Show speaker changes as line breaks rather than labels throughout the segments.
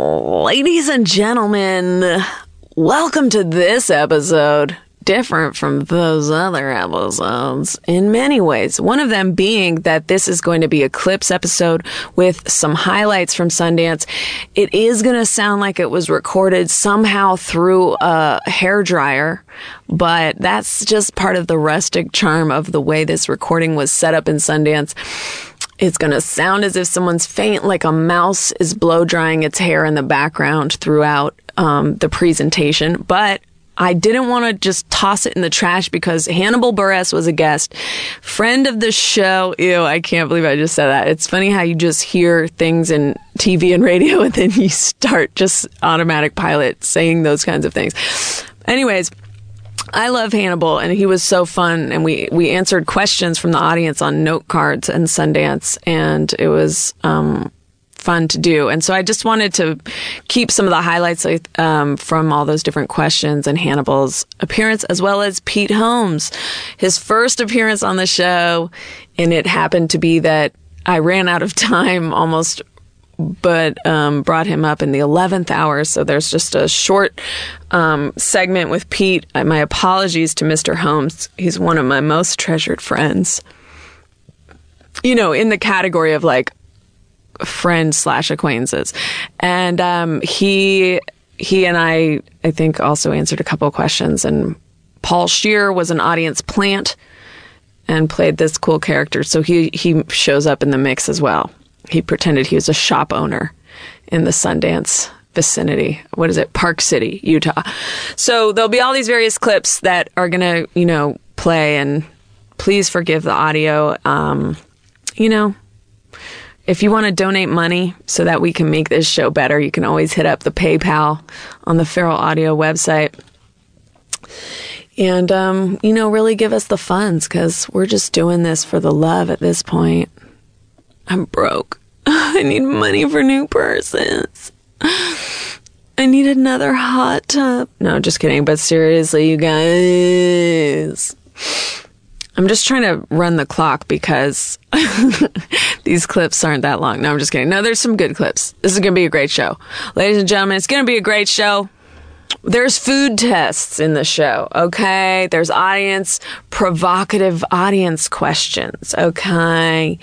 Ladies and gentlemen, welcome to this episode. Different from those other episodes in many ways. One of them being that this is going to be a clips episode with some highlights from Sundance. It is going to sound like it was recorded somehow through a hair dryer, but that's just part of the rustic charm of the way this recording was set up in Sundance. It's going to sound as if someone's faint, like a mouse is blow drying its hair in the background throughout um, the presentation. But I didn't want to just toss it in the trash because Hannibal Buress was a guest, friend of the show. Ew, I can't believe I just said that. It's funny how you just hear things in TV and radio and then you start just automatic pilot saying those kinds of things. Anyways, I love Hannibal, and he was so fun. And we we answered questions from the audience on note cards and Sundance, and it was um, fun to do. And so I just wanted to keep some of the highlights um, from all those different questions and Hannibal's appearance, as well as Pete Holmes, his first appearance on the show, and it happened to be that I ran out of time almost. But um, brought him up in the 11th hour. So there's just a short um, segment with Pete. Uh, My apologies to Mr. Holmes. He's one of my most treasured friends. You know, in the category of like friend slash acquaintances, and um, he he and I I think also answered a couple of questions. And Paul Shear was an audience plant and played this cool character. So he he shows up in the mix as well. He pretended he was a shop owner in the Sundance vicinity. What is it? Park City, Utah. So there'll be all these various clips that are going to, you know, play and please forgive the audio. Um, you know, if you want to donate money so that we can make this show better, you can always hit up the PayPal on the Feral Audio website. And, um, you know, really give us the funds because we're just doing this for the love at this point. I'm broke. I need money for new purses. I need another hot tub. No, just kidding. But seriously, you guys. I'm just trying to run the clock because these clips aren't that long. No, I'm just kidding. No, there's some good clips. This is going to be a great show. Ladies and gentlemen, it's going to be a great show. There's food tests in the show, okay? There's audience, provocative audience questions, okay?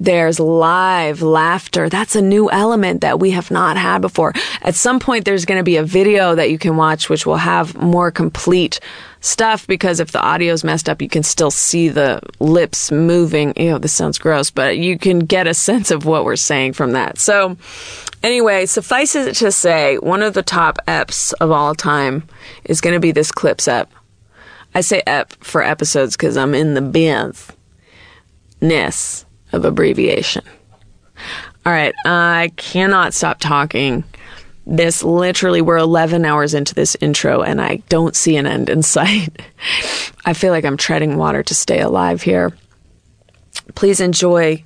There's live laughter. That's a new element that we have not had before. At some point, there's going to be a video that you can watch, which will have more complete stuff because if the audio's messed up, you can still see the lips moving. Ew, this sounds gross, but you can get a sense of what we're saying from that. So, anyway, suffice it to say, one of the top EPs of all time is going to be this clips EP. I say EP for episodes because I'm in the biz ness of abbreviation. All right, I cannot stop talking. This literally, we're 11 hours into this intro and I don't see an end in sight. I feel like I'm treading water to stay alive here. Please enjoy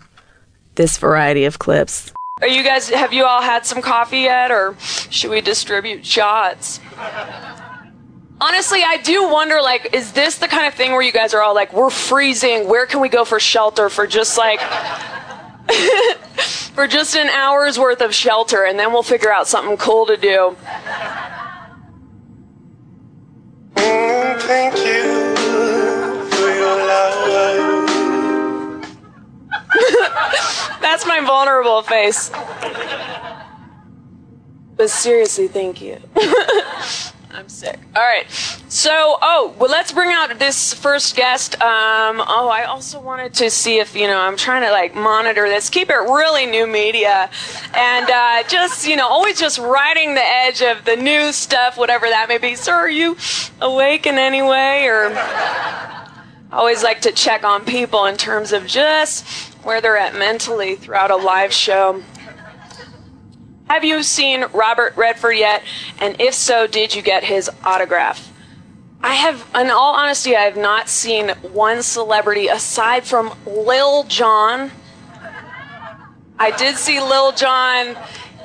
this variety of clips.
Are you guys, have you all had some coffee yet, or should we distribute shots? Honestly, I do wonder like, is this the kind of thing where you guys are all like, we're freezing, where can we go for shelter for just like, for just an hour's worth of shelter, and then we'll figure out something cool to do?
Mm, Thank you for your love.
That's my vulnerable face. But seriously, thank you. I'm sick. All right. So, oh, well, let's bring out this first guest. Um, oh, I also wanted to see if, you know, I'm trying to like monitor this, keep it really new media, and uh, just, you know, always just riding the edge of the new stuff, whatever that may be. Sir, are you awake in any way? Or always like to check on people in terms of just where they're at mentally throughout a live show. Have you seen Robert Redford yet? And if so, did you get his autograph? I have, in all honesty, I have not seen one celebrity aside from Lil Jon. I did see Lil Jon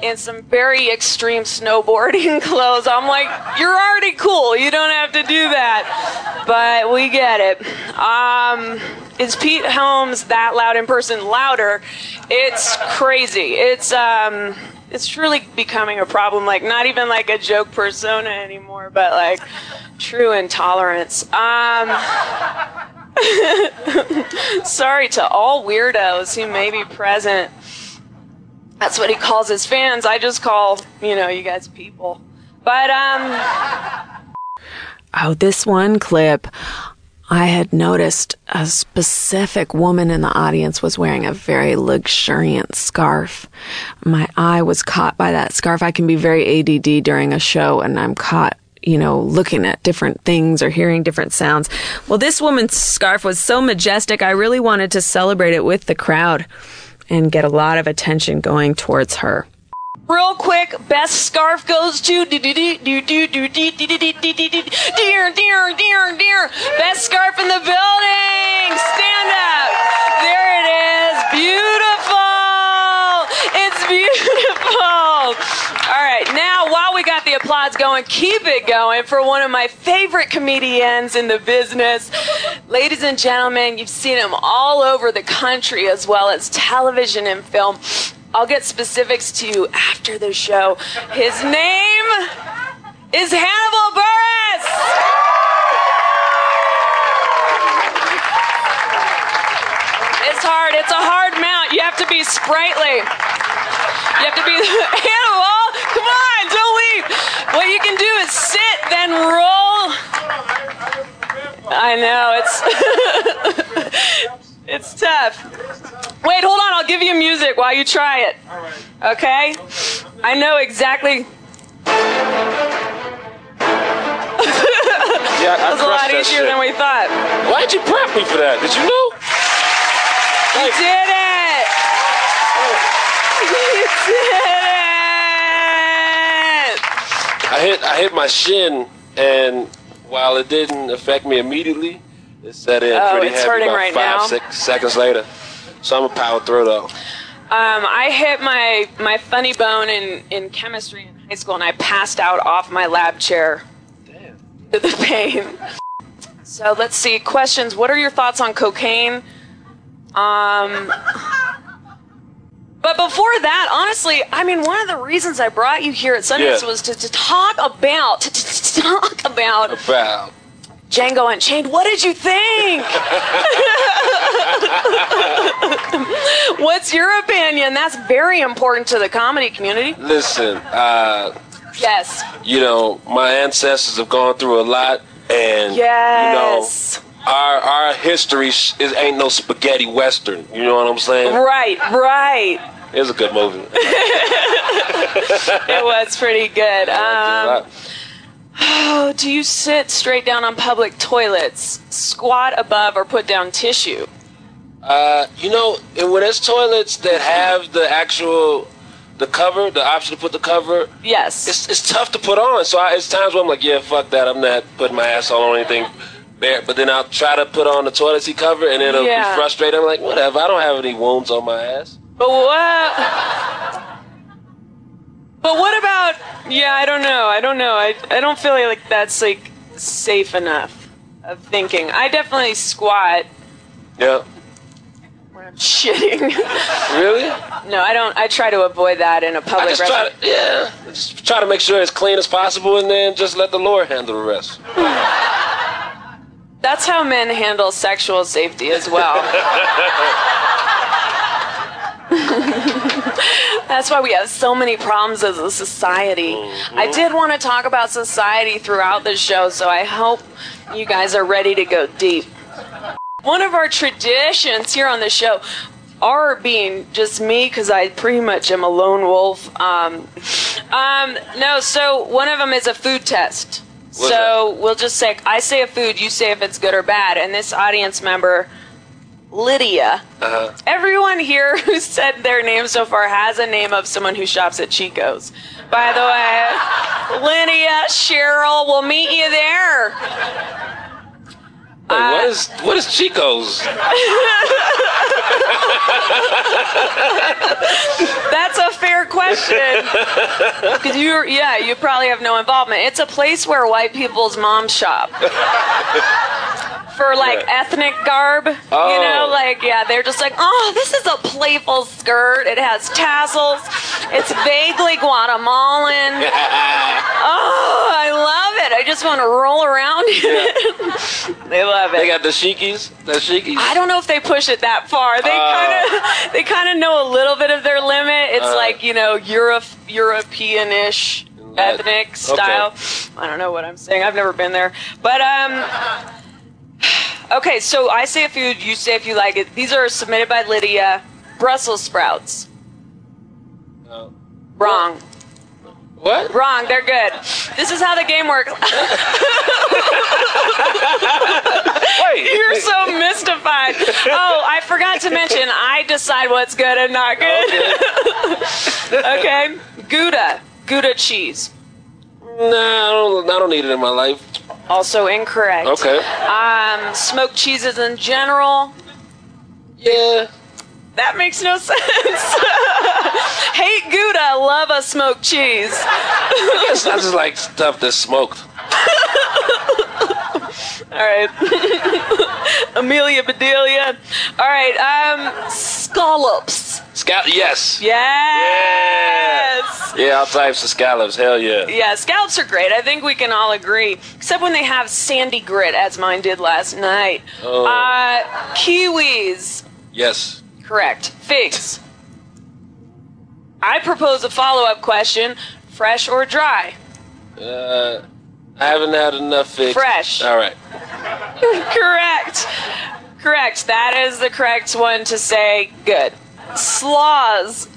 in some very extreme snowboarding clothes. I'm like, you're already cool. You don't have to do that. But we get it. Um, is Pete Holmes that loud in person? Louder. It's crazy. It's um, it's truly becoming a problem. Like not even like a joke persona anymore, but like true intolerance. Um. Sorry to all weirdos who may be present. That's what he calls his fans. I just call, you know, you guys people. But um
Oh, this one clip, I had noticed a specific woman in the audience was wearing a very luxuriant scarf. My eye was caught by that scarf. I can be very ADD during a show and I'm caught, you know, looking at different things or hearing different sounds. Well, this woman's scarf was so majestic, I really wanted to celebrate it with the crowd and get a lot of attention going towards her.
real quick, best scarf goes to do do do do do do do do do do do do do dear dear dear dear best scarf in the building. Stand up. There it is. Beautiful. It's beautiful. All right, now while we got the applause going, keep it going for one of my favorite comedians in the business. Ladies and gentlemen, you've seen him all over the country as well as television and film. I'll get specifics to you after the show. His name is Hannibal Burris. It's hard. It's a hard mount. You have to be sprightly. You have to be animal. Come on, don't leave. What you can do is sit, then roll. I know it's it's tough. Wait, hold on. I'll give you music while you try it. Okay? I know exactly.
Yeah, I
That was a lot easier than we thought.
Why'd you prep me for that? Did you know?
You did it. You did it.
I hit I hit my shin, and while it didn't affect me immediately, it set in
Oh,
pretty
it's
heavy
hurting
about
right
five
now.
six seconds later. So I'm gonna power through though.
Um, I hit my, my funny bone in, in chemistry in high school and I passed out off my lab chair. Damn. To the pain. So let's see. Questions. What are your thoughts on cocaine? Um, but before that, honestly, I mean, one of the reasons I brought you here at Sundance
Yeah.
was to, to talk about, to, to, to talk about
Wow.
Django Unchained. What did you think? What's your opinion? That's very important to the comedy community.
Listen, uh,
Yes.
you know my ancestors have gone through a lot, and
Yes.
you know. Our, our history sh- is ain't no spaghetti western. You know what I'm saying?
Right, right.
It was a good movie.
It was pretty good. Um, oh, do you sit straight down on public toilets, squat above, or put down tissue?
Uh, you know, and when there's toilets that have the actual the cover, the option to put the cover,
Yes.
it's it's tough to put on. So I, it's times where I'm like, yeah, fuck that, I'm not putting my asshole on anything. Bare. But then I'll try to put on the toilet seat cover, and it'll
Yeah.
be frustrated. I'm like, whatever, I don't have any wounds on my ass.
But what? But what about? Yeah, I don't know. I don't know. I I don't feel like that's like safe enough of thinking. I definitely squat
Yeah,
when I'm shitting.
really?
no, I don't. I try to avoid that in a public
I just try to,
restroom.
yeah, I just try to make sure it's clean as possible, and then just let the Lord handle the rest.
That's how men handle sexual safety as well. That's why we have so many problems as a society. I did want to talk about society throughout the show, so I hope you guys are ready to go deep. One of our traditions here on the show are being just me because I pretty much am a lone wolf. Um, um, no, so one of them is a food test.
What's
so we'll just say, I say a food, you say if it's good or bad, and this audience member, Lydia, Everyone here who said their name so far has a name of someone who shops at Chico's. By the way, Lydia, Cheryl, we'll meet you there.
Wait,
Uh,
what is what is Chico's?
That's a fair question. should. Because you, yeah, you probably have no involvement. It's a place where white people's moms shop for like
Yeah.
ethnic garb. You know,
Oh.
like yeah, they're just like, oh, this is a playful skirt. It has tassels. It's vaguely Guatemalan. oh, I love it. I just want to roll around in it. they love it.
They got the shikis. The shikis.
I don't know if they push it that far. They kind of they kind of know a little bit of their limit. It's
Uh,
like you know Europe Europeanish
That-
ethnic
Uh, okay.
style. I don't know what I'm saying. I've never been there, but um. Okay, so I say if you you say if you like it. These are submitted by Lydia. Brussels sprouts.
don't.
Wrong.
What?
Wrong. They're good. This is how the game works.
Wait.
You're so mystified. Oh, I forgot to mention, I decide what's good and not good. Okay. Gouda. Gouda cheese.
nah, I don't, I don't need it in my life.
Also incorrect.
Okay.
Um, smoked cheeses in general.
Yeah.
That makes no sense. Hate Gouda, love a smoked cheese.
It's not just like stuff that's smoked.
All right. Amelia Bedelia. All right. Um, scallops.
Scallop. Yes.
Yes.
Yeah, all types of scallops. Hell yeah.
Yeah, scallops are great. I think we can all agree, except when they have sandy grit, as mine did last night.
Oh.
Uh, kiwis,
Yes.
correct. Figs. I propose a follow-up question: fresh or dry?
Uh, I haven't had enough figs.
Fresh.
All right.
correct. Correct. That is the correct one to say. Good. Slaws,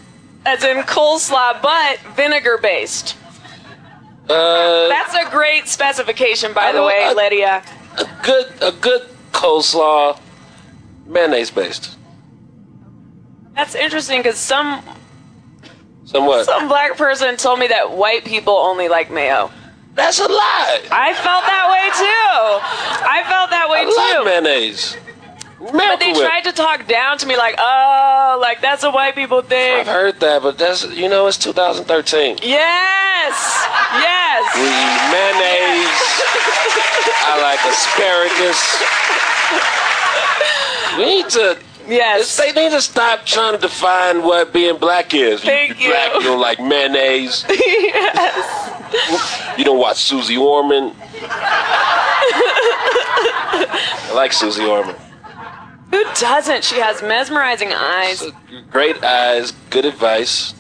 as in coleslaw, but vinegar-based.
Uh,
That's a great specification, by
I
the
don't-
way,
I-
Lydia.
good. A good coleslaw, mayonnaise based.
That's interesting because some
Somewhat.
Some black person told me that white people only like mayo.
that's a lie.
I felt that way too. I felt that way
I like
too.
mayonnaise.
But they tried to talk down to me like, oh, like that's a white people thing.
I've heard that, but that's you know it's 2013.
Yes,
We
yes.
eat mayonnaise. I like asparagus. We need to.
Yes.
They need to stop trying to define what being black is.
Thank you.
Black, you don't like mayonnaise. You don't watch Susie Orman. I like Susie Orman.
Who doesn't? She has mesmerizing eyes.
Great eyes, good advice.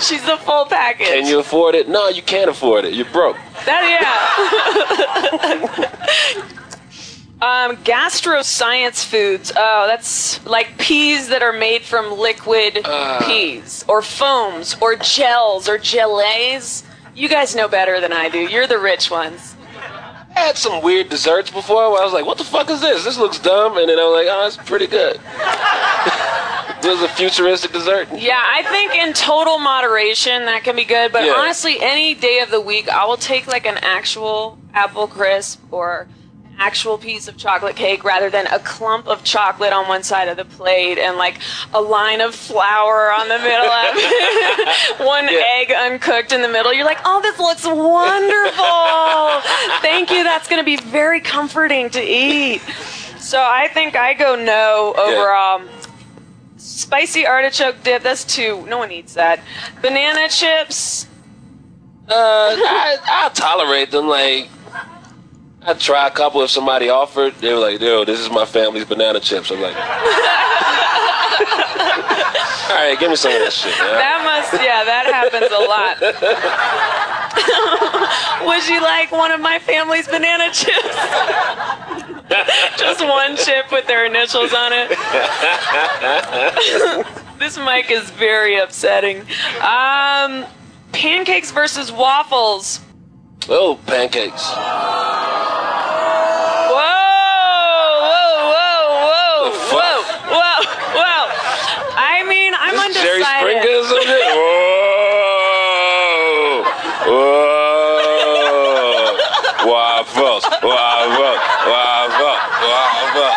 She's the full package.
Can you afford it? No, you can't afford it. You're broke.
That yeah. um, gastro science foods. Oh, that's like peas that are made from liquid peas, or foams, or gels, or gelées. You guys know better than I do. You're the rich ones.
I had some weird desserts before where I was like, what the fuck is this? This looks dumb. And then I was like, oh, it's pretty good. this is a futuristic dessert.
Yeah, I think in total moderation that can be good, but
Yeah.
honestly, any day of the week, I will take like an actual apple crisp or an actual piece of chocolate cake rather than a clump of chocolate on one side of the plate and like a line of flour on the middle of it, one
Yeah.
egg uncooked in the middle. You're like, oh, this looks wonderful. Thank you. That's going to be very comforting to eat. So I think I go no overall. Spicy artichoke dip, that's two. No one eats that. Banana chips,
Uh, I, I'll tolerate them. Like, I try a couple if somebody offered. They were like, dude, this is my family's banana chips. I'm like, all right, give me some of that shit. man.
that must, yeah, that happens a lot. Would you like one of my family's banana chips? Just one chip with their initials on it. this mic is very upsetting. Um, pancakes versus waffles.
Oh, pancakes.
Whoa, whoa, whoa, whoa, whoa, whoa, whoa. I mean, I'm
This Jerry
undecided.
Springer or something? Whoa! Whoa! Waffles! Waffles! Waffles! Waffles!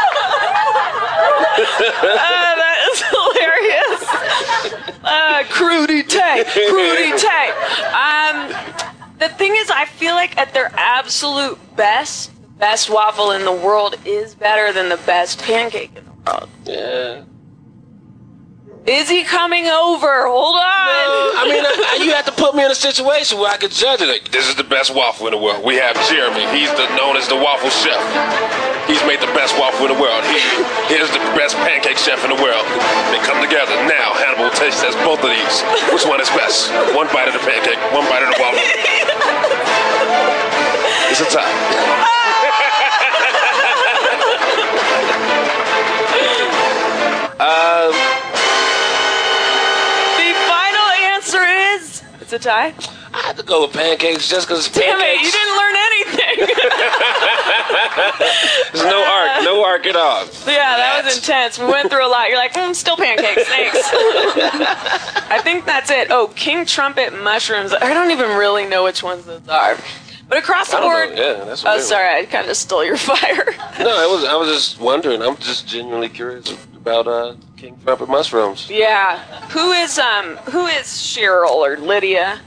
Uh, that is hilarious. Uh, crudite, crudite. Um, the thing is, I feel like at their absolute best, the best waffle in the world is better than the best pancake in the world.
Yeah.
Is he coming over? Hold on.
Uh, I mean, I, I, you have to put me in a situation where I could judge it. Like, this is the best waffle in the world. We have Jeremy. He's the known as the waffle chef. He's made the best waffle in the world. He, he is the best pancake chef in the world. They come together now. Hannibal tastes as both of these. Which one is best? One bite of the pancake, one bite of the waffle. It's a tie.
The final answer is it's a tie.
I have to go with pancakes just because it's
Damn it!
pancakes.
You didn't learn anything.
There's no arc, no arc at all.
yeah, that was intense. We went through a lot. You're like, mm, still pancakes. Thanks. I think that's it. Oh, king trumpet mushrooms. I don't even really know which ones those are. But across the
I
board.
don't know. Yeah, that's a
Oh,
weird one.
sorry. I kind of stole your fire.
No, I was I was just wondering. I'm just genuinely curious about uh, king trumpet mushrooms.
yeah. Who is um? Who is Cheryl or Lydia?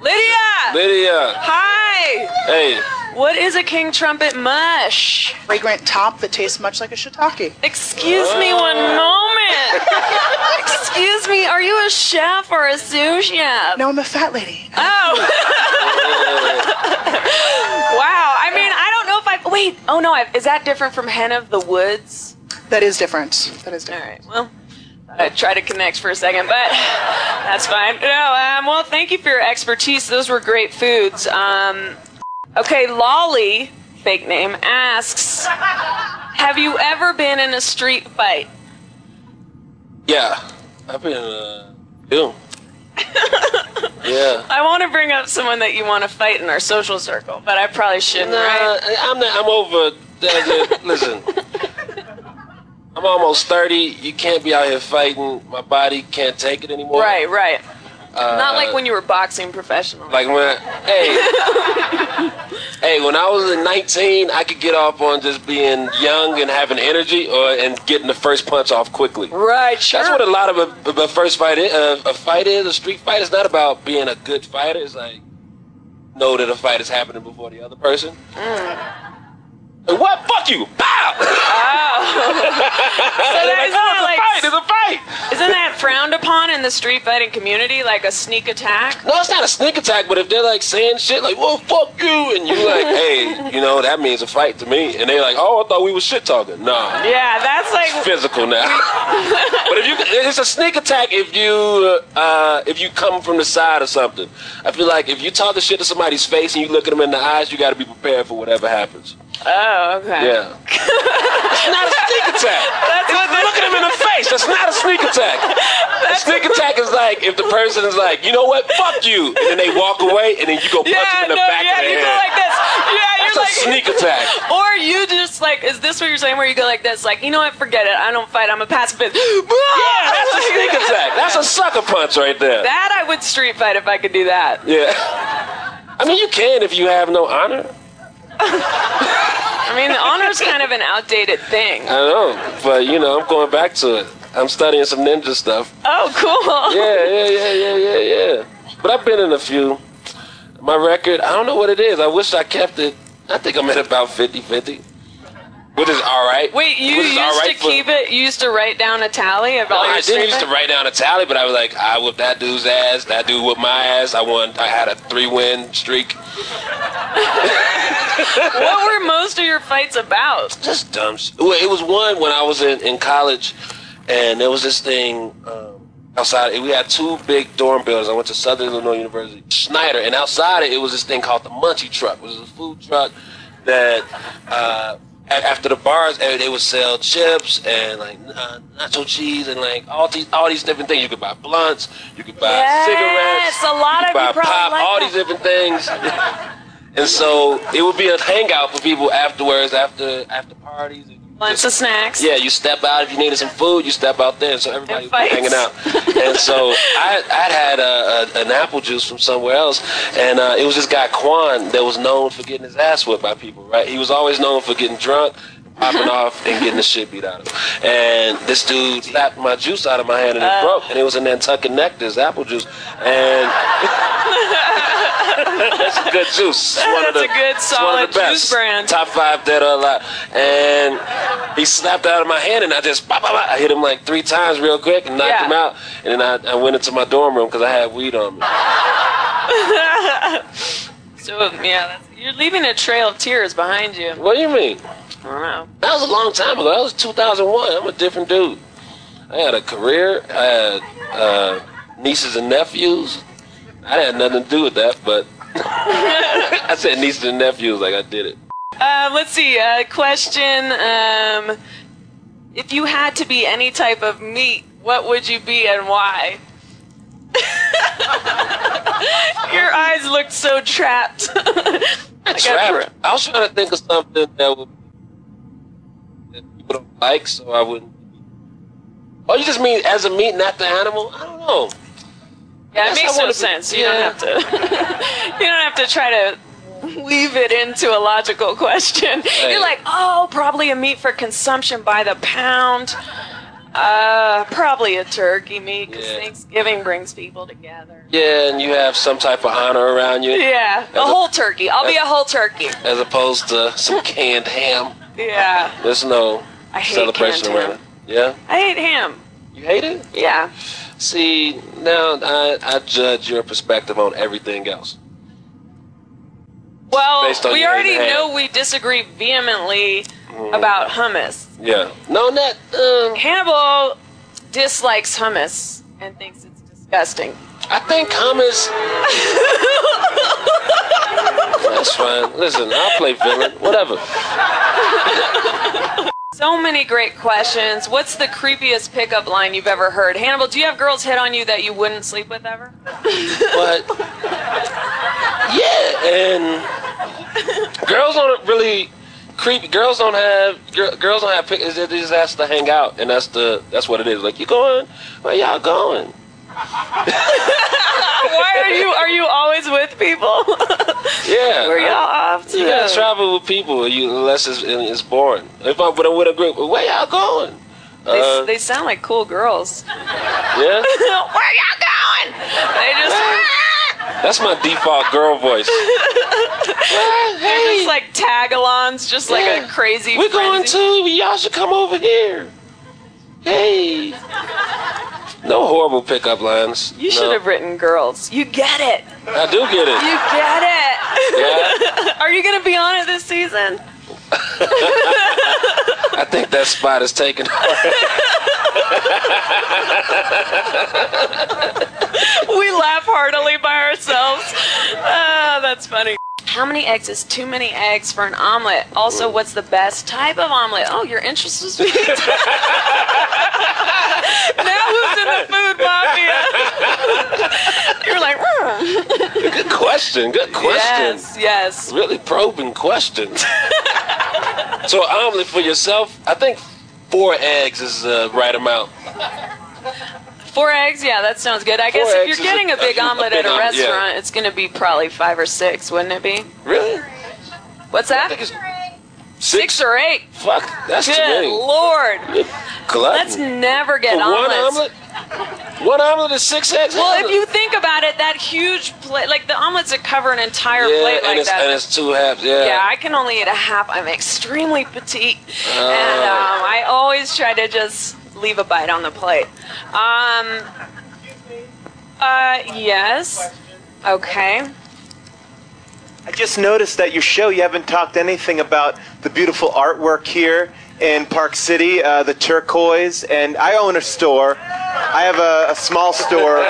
Lydia.
Lydia,
Hi.
hey,
What is a king trumpet mush?
Fragrant top that tastes much like a shiitake.
Excuse me one
Ah.
moment. Excuse me, are you a chef or a sous chef?
No, I'm a fat lady.
Oh. wow. I mean, I don't know if I. Wait. Oh no. I, is that different from Hen of the Woods?
That is different. That is
All
different.
right. Well. I tried to connect for a second, but that's fine. No, um, well, thank you for your expertise. Those were great foods. Um, okay, Lolly, fake name, asks Have you ever been in a street fight?
yeah, I've been uh, you. yeah.
I want to bring up someone that you want to fight in our social circle, but I probably shouldn't,
Nah,
right?
I- I'm not, I'm over. that- that- Listen, I'm almost thirty. You can't be out here fighting. My body can't take it anymore.
Right, right. Not like
Uh,
when you were boxing professionally.
Like when, I, hey, hey, when I was in 19, I could get off on just being young and having energy, or and getting the first punch off quickly.
right, sure.
That's what a lot of a, of a first fight is. A, a fight is a street fight. It's not about being a good fighter. It's like know that a fight is happening before the other person. And what? Fuck you! Bow.
so that is not like,
Fight is a fight.
isn't that frowned upon in the street fighting community, like a sneak attack?
No, it's not a sneak attack. But if they're like saying shit like "Well, fuck you," and you like, "Hey, you know that means a fight to me," and they're like, "Oh, I thought we was shit talking." Nah.
Yeah, that's like,
physical now. but if you, it's a sneak attack if you uh, if you come from the side or something. I feel like if you talking shit to somebody's face and you look at them in the eyes, you got to be prepared for whatever happens.
oh, okay.
Yeah, it's not a sneak attack.
That's what
If you Look at them in the face. That's not a sneak attack. A sneak attack is like if the person is like, you know what, fuck you, and then they walk away, and then you go punch
yeah,
them in the
no,
back
yeah,
of the
you go
head.
like this. Yeah,
That's
you're
a
like,
sneak attack.
Or you just like, is this what you're saying? Where you go like this, like, you know what? Forget it. I don't fight. I'm a pacifist.
Yeah, that's a sneak attack. That's a sucker punch right there.
That I would street fight if I could do that.
Yeah. I mean, you can if you have no honor.
I mean, the honor's kind of an outdated thing.
I know, but you know, I'm going back to it. I'm studying some ninja stuff.
Oh, cool.
Yeah, yeah, yeah, yeah, yeah, yeah. But I've been in a few. My record, I don't know what it is. I wish I kept it. I think I'm at about 50 50. Which is all right.
Wait, you
Which is
used
all right
to
for-
keep it. You used to write down a tally of all
I
your
didn't
street
used to
fights?
write down a tally, but I was like, I whooped that dude's ass. That dude whooped my ass. I won. I had a three win streak.
What were most of your fights about?
just dumb shit. Well, it was one when I was in, in college, and there was this thing um, outside. We had two big dorm buildings. I went to Southern Illinois University, Schneider, and outside it, it was this thing called the Munchie Truck, which is a food truck that uh, a- after the bars, eh, they would sell chips and like uh, nacho cheese and like all these all these different things. You could buy blunts, you could buy cigarettes,
Yes, a lot of
buy
you probably
pop,
like
all
that.
these different things. and so it would be a hangout for people afterwards, after after parties. And you
Bunch of
just-
snacks.
yeah, you step out if you needed some food, you step out there, so everybody was
And fights.
hanging out. And so I I'd had a, a, an apple juice from somewhere else, and uh, it was this guy Quan that was known for getting his ass whipped by people. Right, he was always known for getting drunk. popping off and getting the shit beat out of him. And this dude slapped my juice out of my hand and it
Uh.
broke. And it was a Nantucket Nectar's apple juice. And that's a good juice. It's one of
That's
the-
a good,
it's one
solid
of the
juice
best.
brand.
Top five dead or alive. And he slapped out of my hand and I just, bah, bah, bah. I hit him like three times real quick and knocked
Yeah.
him out. And then I, I went into my dorm room because I had weed on me.
So yeah, that's, you're leaving a trail of tears behind you. I
What do you mean?
don't know.
That was a long time ago. That was 2001. I'm a different dude. I had a career. I had uh, nieces and nephews. I had nothing to do with that, but I said nieces and nephews like I did it.
Uh, let's see. Uh, question: um, If you had to be any type of meat, what would you be and why? Your eyes looked so trapped.
I,
got-
I was trying to think of something that would that people don't like, so I wouldn't. Oh, you just mean as a meat, not the animal? I don't know.
Yeah,
Yes,
it makes
I
no
wanna be-
sense. You
yeah.
don't have to. you don't have to try to weave it into a logical question.
Right.
You're like, oh, probably a meat for consumption by the pound. Uh, probably a turkey meat because
Yeah.
Thanksgiving brings people together.
Yeah, and you have some type of honor around you,
Yeah, a
a-
whole turkey. I'll be a whole turkey.
as opposed to some canned ham.
Yeah,
There's no
I hate
celebration
canned ham.
around it. Yeah.
I hate ham.
You hate it?
Yeah,
See, now I, I judge your perspective on everything else.
well,
Based on
we
your
already
ham. Mm.
know we disagree vehemently about hummus.
Yeah. No, not. Uh,
Hannibal dislikes hummus and thinks it's disgusting.
I think hummus. That's fine. Listen, I'll play villain. Whatever.
So many great questions. What's the creepiest pickup line you've ever heard? Hannibal, do you have girls hit on you that you wouldn't sleep with ever?
But yeah, and girls don't really creep. Girls don't have gir- girls don't have pictures. They just ask to hang out, and that's the that's what it is. Like you going? Where y'all going?
Why are you are you always with people?
Yeah.
Where y'all off to?
You gotta travel with people, you, unless it's, it's boring. If I'm with a, with a group, where y'all going?
They,
Uh,
they sound like cool girls.
yeah,
Where y'all going? They just
that's my default girl voice. Well,
they're
hey,
just like tagalongs, just like a
Yeah.
crazy.
we're going
frenzy.
to. Y'all should come over here. Hey, no horrible pickup lines.
You should have written girls. You get it.
I do get it.
You get it.
Yeah,
Are you gonna be on it this season?
I think that spot is taken.
We laugh heartily by ourselves. Ah, that's funny. How many eggs is too many eggs for an omelet? Also, what's the best type of omelet? Oh, your interest was piqued. now who's in the food mafia? You're like, "Mm."
good question. Good question.
yes, yes.
really probing questions. so omelet for yourself, I think four eggs is the right amount.
Four eggs, yeah, that sounds good. I guess
Four
if
eggs
you're
is
getting
a-
a big
a- a
omelet
big
at a
omelet, yeah.
restaurant, it's going to be probably five or six, wouldn't it be?
Really? I
What's that?
think it's
Six or eight.
Fuck, that's too
Good
many.
lord. Let's
Glutton.
never
For
get
one
omelets.
omelet. One omelet is six eggs.
Well, if you think about it, that huge plate, like the omelets that cover an entire
yeah,
plate
and
like
it's
that.
and it's two halves. Yeah.
yeah, I can only eat a half. I'm extremely petite,
Oh.
and um, I always try to just leave a bite on the plate. Um, uh, yes. Okay.
I just noticed that your show, you haven't talked anything about the beautiful artwork here in Park City, uh, the turquoise. And I own a store. I have a, a small store.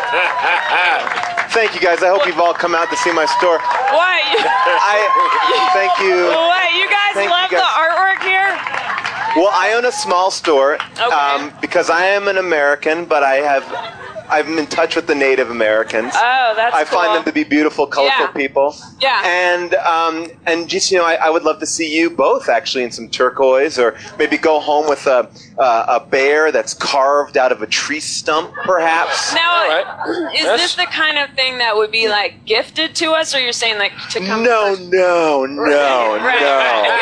Thank you guys. I hope you've all come out to see my store.
What? You,
I thank you.
what? You guys
Thank you,
love the
guys.
artwork here?
Well, I own a small store um, because I am an American, but I have I'm in touch with the Native Americans.
Oh, that's
I
cool.
find them to be beautiful, colorful
Yeah.
people.
Yeah.
And um, and just you know, I, I would love to see you both actually in some turquoise, or maybe go home with a uh, a bear that's carved out of a tree stump, perhaps.
Now,
All right.
is
That's-
this the kind of thing that would be like gifted to us, or you're saying like to come?
No, no, no, no.
Right,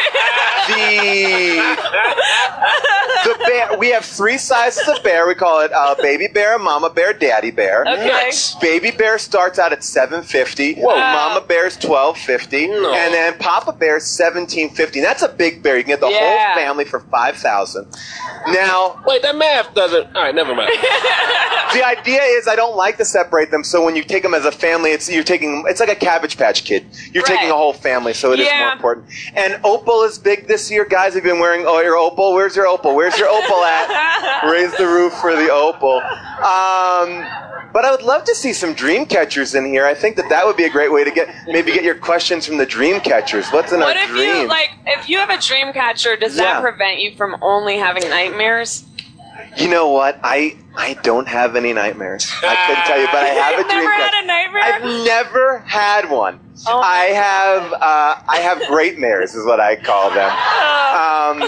the the bear. We have three sizes of bear. We call it uh, baby bear, mama bear, daddy bear.
Okay.
Nuts.
Baby bear starts out at seven fifty. Whoa. Mama bear's twelve fifty,
No.
and then Papa bear's seventeen fifty. That's a big bear. You can get the
Yeah.
whole family for five thousand. Now,
Wait, that math doesn't. All right, never mind.
the idea is I don't like to separate them. So when you take them as a family, it's you're taking it's like a Cabbage Patch Kid. You're
Right.
taking a whole family, so it is
Yeah.
more important. And opal is big this year, guys. Have been wearing oh your opal. Where's your opal? Where's your opal at? Raise the roof for the opal. Um, but I would love to see some dream catchers in here. I think that that would be a great way to get maybe get your questions from the dream catchers. What's in
What
our
if
dream?
you like if you have a dream catcher, does
Yeah.
that prevent you from only having nightmares?
you know what? I I don't have any nightmares. I couldn't tell you, but I have a
You've
dream
never
catcher.
had a nightmare?
I've never had one.
Oh my
I have uh, I have great mares is what I call them. Um,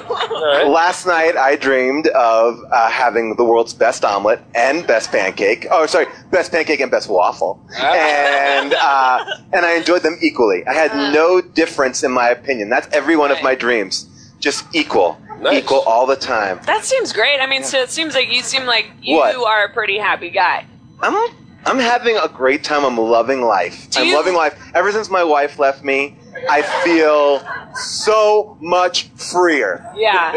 Last night I dreamed of uh, having the world's best omelet and best pancake. Oh, sorry, best pancake and best waffle, and uh, and I enjoyed them equally. I had no difference in my opinion. That's every one of my dreams, just equal,
Nice.
equal all the time.
That seems great. I mean, so it seems like you seem like you
What?
are a pretty happy guy.
I'm I'm having a great time. I'm loving life. I'm
you-
loving life. Ever since my wife left me, I feel so much freer.
Yeah.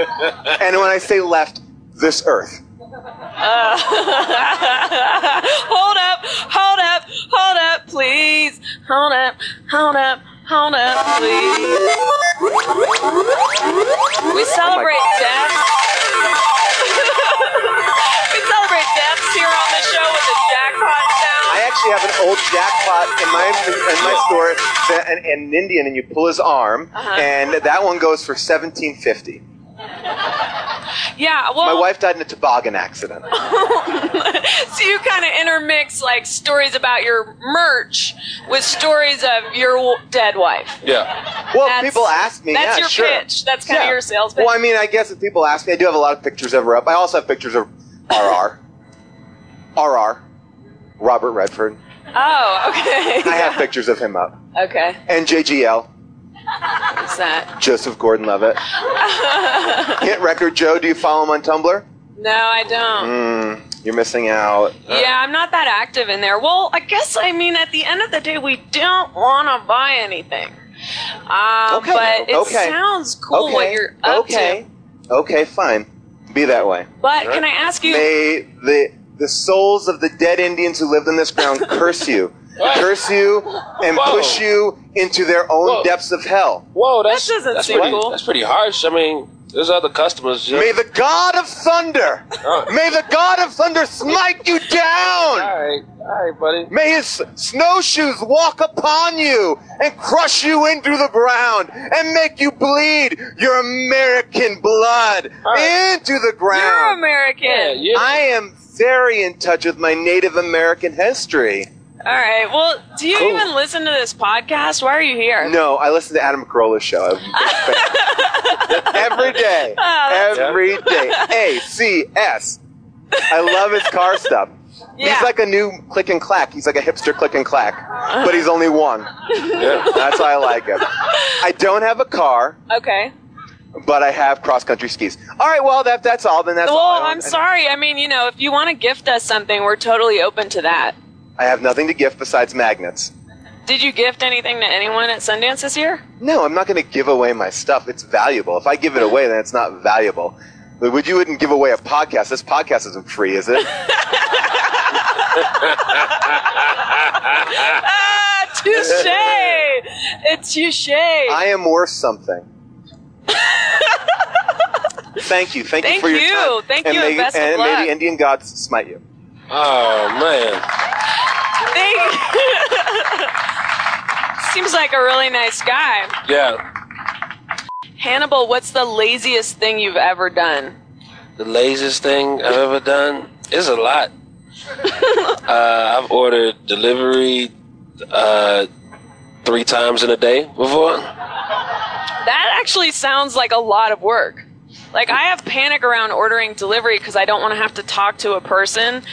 And when I say left, this earth.
hold up, hold up, hold up, please. Hold up, hold up, hold up, please.
Oh
We celebrate deaths. we celebrate deaths here on the show with the jackpot
I
sound.
actually have an old jackpot in my in my store, that, an, an Indian, and you pull his arm, and that one goes for seventeen fifty.
Yeah,
My
well,
wife died in a toboggan accident.
so you kind of intermix like stories about your merch with stories of your w- dead wife.
Yeah.
Well,
That's-
if people ask me.
that's
yeah,
your
sure.
pitch. That's kinda your sales pitch.
Well, I mean, I guess if people ask me, I do have a lot of pictures of her up. I also have pictures of RR, RR, Robert Redford.
Oh, okay.
I have pictures of him up,
Okay.
and JGL,
What's that?
Joseph Gordon-Levitt, Hit Record Joe. Do you follow him on Tumblr?
No, I
Mm,
don't.
You're missing out.
Yeah, I'm not that active in there. Well, I guess I mean at the end of the day, we don't want to buy anything. Um,
Okay.
But it
Okay.
sounds cool
okay.
what you're up
okay. Okay. Fine. Be that way.
to. But can I ask you?
May the the souls of the dead Indians who lived on this ground curse you, curse you, and
Whoa.
push you into their own
Whoa.
depths of hell.
Whoa, that's
That doesn't
that's
seem
pretty,
cool.
That's pretty harsh. I mean, there's other customers. You know?
May the God of thunder,
Oh.
may the God of thunder smite you down.
all right, all right, buddy.
May his snowshoes walk upon you and crush you into the ground and make you bleed your American blood
right.
into the ground.
You're American.
Yeah, yeah.
I am very in touch with my Native American history.
All right. Well, do you even listen to this podcast? Why are you here?
No, I listen to Adam Carolla's show. I'm a big fan. every day.
Oh,
Every day. A C S. I love his car stuff.
Yeah.
He's like a new click and clack. He's like a hipster click and clack, but he's only one. That's why I like him. I don't have a car,
Okay.
but I have cross country skis. All right, well, that, that's all. Then that's all. I
Well,
own.
I'm sorry. I mean, you know, if you want to gift us something, we're totally open to that.
I have nothing to gift besides magnets.
Did you gift anything to anyone at Sundance this year?
No, I'm not going to give away my stuff. It's valuable. If I give it away, then it's not valuable. But would you wouldn't give away a podcast? This podcast isn't free, is it?
Ah, touche! It's touche.
I am worth something. Thank you. Thank,
Thank
you for your
you.
time.
Thank
and
you,
May,
and best of
and may
luck.
the Indian gods smite you.
Oh man.
Thank. Seems like a really nice guy.
Yeah.
Hannibal, what's the laziest thing you've ever done?
The laziest thing I've ever done is a lot. uh, I've ordered delivery uh, three times in a day before.
That actually sounds like a lot of work. Like I have panic around ordering delivery because I don't want to have to talk to a person,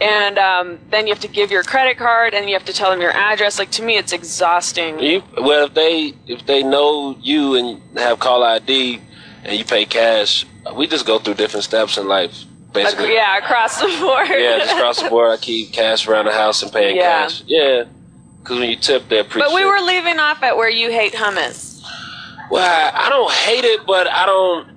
and um, then you have to give your credit card and you have to tell them your address. Like to me, it's exhausting.
You, well, if they if they know you and have call ID, and you pay cash. We just go through different steps in life, basically.
yeah, across the board.
Yeah, just across the board. I keep cash around the house and paying
Yeah.
cash. Yeah, because when you tip, they appreciate.
But we were
it.
leaving off at where you hate hummus.
Well, I, I don't hate it, but I don't.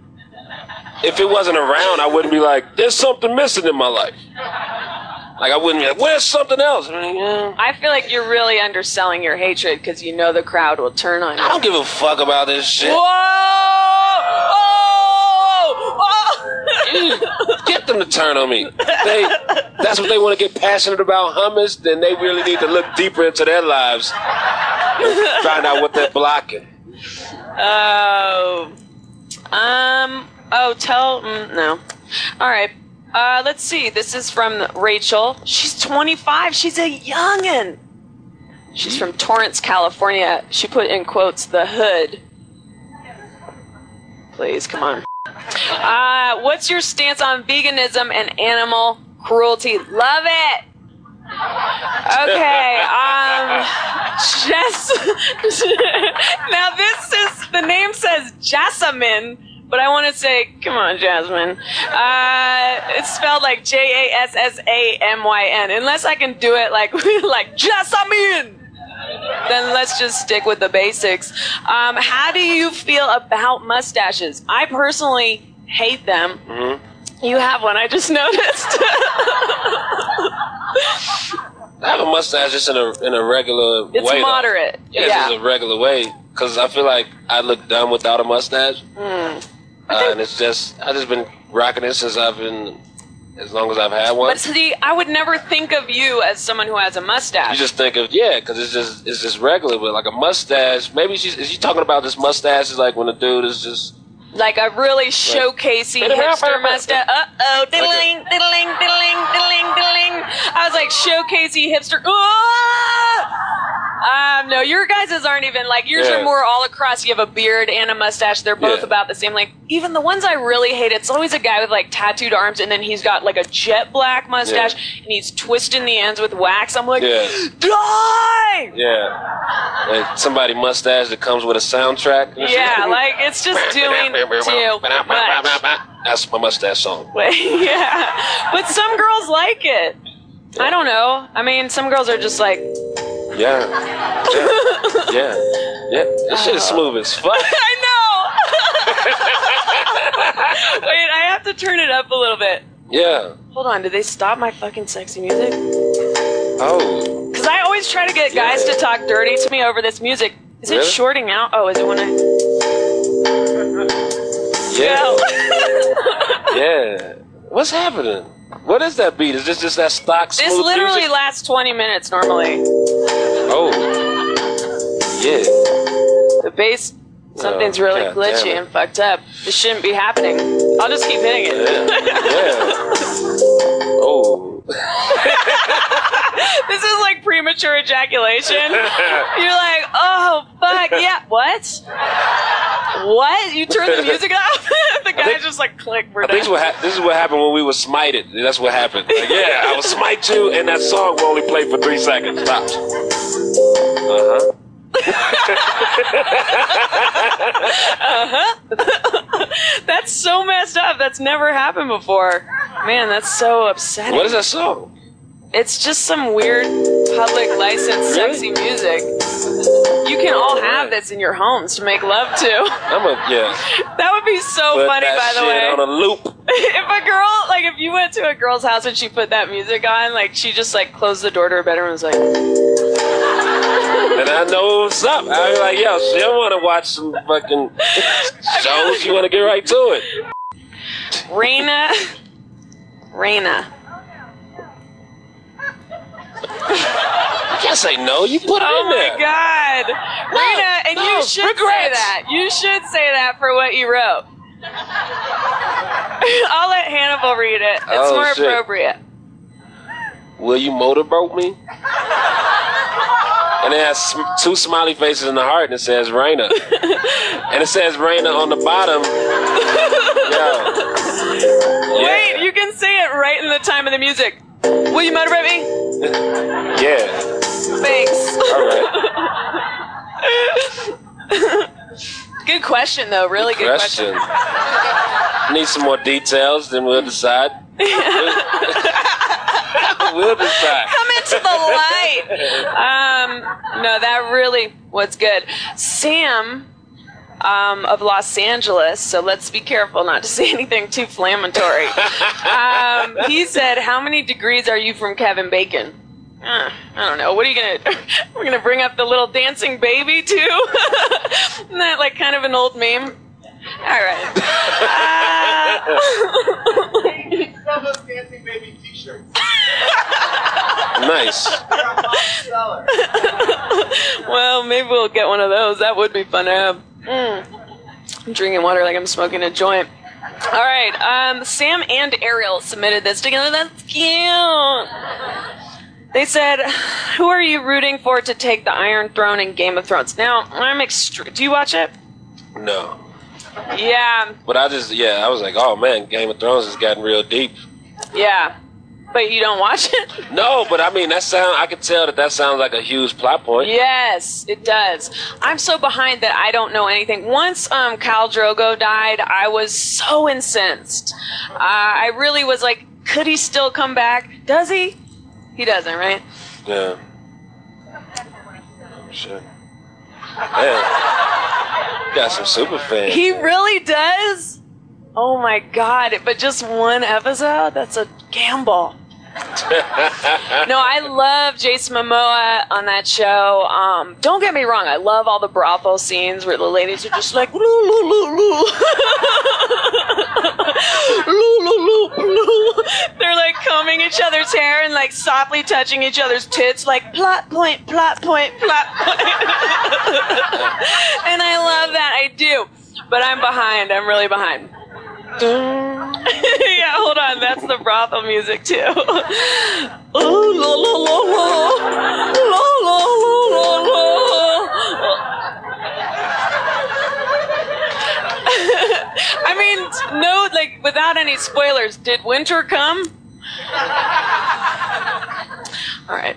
If it wasn't around, I wouldn't be like, "There's something missing in my life." Like I wouldn't be like, "Where's something else?" I mean, yeah.
I feel like you're really underselling your hatred because you know the crowd will turn on
I
you.
don't give a fuck about this shit.
Whoa! Oh! Oh!
Get them to turn on me. They, that's what they want to get passionate about hummus. Then they really need to look deeper into their lives and find out what they're blocking.
Oh. Um. Oh, tell. Mm, no. All right. Uh, let's see. This is from Rachel. She's 25. She's a youngin. She's from Torrance, California. She put in quotes the hood. Please, come on. Uh, what's your stance on veganism and animal cruelty? Love it. Okay. Um. Jess. now this is the name says Jasmine, but I want to say, come on, Jasmine. Uh, it's spelled like J A S S A M Y N. Unless I can do it like like Jasmine. Then let's just stick with the basics. Um, how do you feel about mustaches? I personally hate them.
Mm-hmm.
You have one, I just noticed.
I have a mustache just in a in a regular way.
it's
though.
moderate.
Yeah, it's just a regular way. Cause I feel like I look dumb without a mustache.
Hmm.
Uh, and it's just I just been rocking it since I've been as long as I've had one.
But see, I would never think of you as someone who has a mustache.
You just think of yeah, cause it's just it's just regular. But like a mustache, maybe she's is she talking about this mustache is like when a dude is just
like a really showcasey
Like-
hipster mustache. Uh oh, diddling, diddling, diddling, diddling, diddling. I was like showcasey hipster. Ah! Um, no, your guys's aren't even like yours
Yeah.
are more all across. You have a beard and a mustache. They're both
Yeah.
about the same. Like even the ones I really hate, it's always a guy with like tattooed arms, and then he's got like a jet black mustache, and he's twisting the ends with wax. I'm like,
yeah
die!
yeah. Like somebody mustache that comes with a soundtrack.
Yeah, like it's just doing too much.
That's my mustache song.
But, yeah, but some girls like it. I don't know. I mean, some girls are just like,
Yeah. Yeah. yeah. Yeah. This shit is
Oh.
smooth as fuck.
I know. Wait, I have to turn it up a little bit.
Yeah.
Hold on, did they stop my fucking sexy music?
Oh.
Because I always try to get guys to talk dirty to me over this music. Is it
Really?
shorting out? Oh, is it when I?
Yeah.
No.
Yeah. What's happening? What is that beat? Is this just that stock smooth
this literally
music?
lasts 20 minutes normally.
Oh. Yeah.
The bass, something's really
Oh, God damn
glitchy
it.
and fucked up. This shouldn't be happening. I'll just keep hitting it.
Yeah. Oh.
This is like premature ejaculation. You're like, oh fuck, yeah, what? What? You turn the music off? the guy's
think-
just like, click, we're
I
done.
think what hap this is what happened when we were smited. That's what happened. Like, yeah, I was smite you, and that song will only play for three seconds. Stops. Uh huh.
that's so messed up. That's never happened before. Man, that's so upsetting.
What is that song?
It's just some weird public license sexy music. You can all have this in your homes to make love to.
I'm a yeah.
That would be so
Put
funny,
that
by the
shit
way.
on a loop.
if a girl like if you went to a girl's house and she put that music on like she just like closed the door to her bedroom and was like
And I know what's up. I was like, yo, she don't want to watch some fucking shows. She want to get right to it.
Raina Raina
I can't say no. You put it
oh
in
my
there.
god Raina and
no,
you should say
regrets.
that you should say that for what you wrote I'll let Hannibal read it it's
Oh,
more
shit.
appropriate
Will you motorboat me? And it has sm- two smiley faces in the heart, and it says Raina. and it says Raina on the bottom. Yo.
wait you can say it right in the time of the music will you motivate me
Yeah.
thanks
All right.
good question, though. Really good question.
Question. Need some more details, then we'll decide. we'll decide.
Come into the light. Um, no, that really was good. Sam um, of Los Angeles, so let's be careful not to say anything too inflammatory. Um, he said, How many degrees are you from Kevin Bacon? Uh, I don't know. What are you gonna? We're gonna bring up the little dancing baby too. Isn't that like kind of an old meme? All right.
dancing baby t-shirts.
Nice.
Well, maybe we'll get one of those. That would be fun to have. Mm. I'm drinking water like I'm smoking a joint. All right, um, Sam and Ariel submitted this together. That's cute. They said, "Who are you rooting for to take the Iron Throne in Game of Thrones?" Now, I'm extre- Do you watch it?
No.
Yeah,
But I just, yeah, I was like, oh man, Game of Thrones has gotten real deep.
yeah. But you don't watch it?
No, but I mean, that sound, I could tell that that sounds like a huge plot point.
yes, it does. I'm so behind that I don't know anything. Once um, Cal Drogo died, I was so incensed. Uh, I really was like, could he still come back? Does he? He doesn't, right?
Yeah. Shit. Damn. Got some super fans.
He really does? Oh my god, but just one episode? That's a gamble. no, I love Jason Momoa on that show. Um, don't get me wrong, I love all the brothel scenes where the ladies are just like, loo, loo, loo, loo. loo, loo, loo, loo. They're like combing each other's hair and like softly touching each other's tits, like plot point, plot point, plot point. and I love that. I do. But I'm behind. I'm really behind. yeah, hold on. That's the brothel music too. Ooh, la, la, la, la. La, la, la, la, la. I mean, no, like without any spoilers. Did winter come? All right.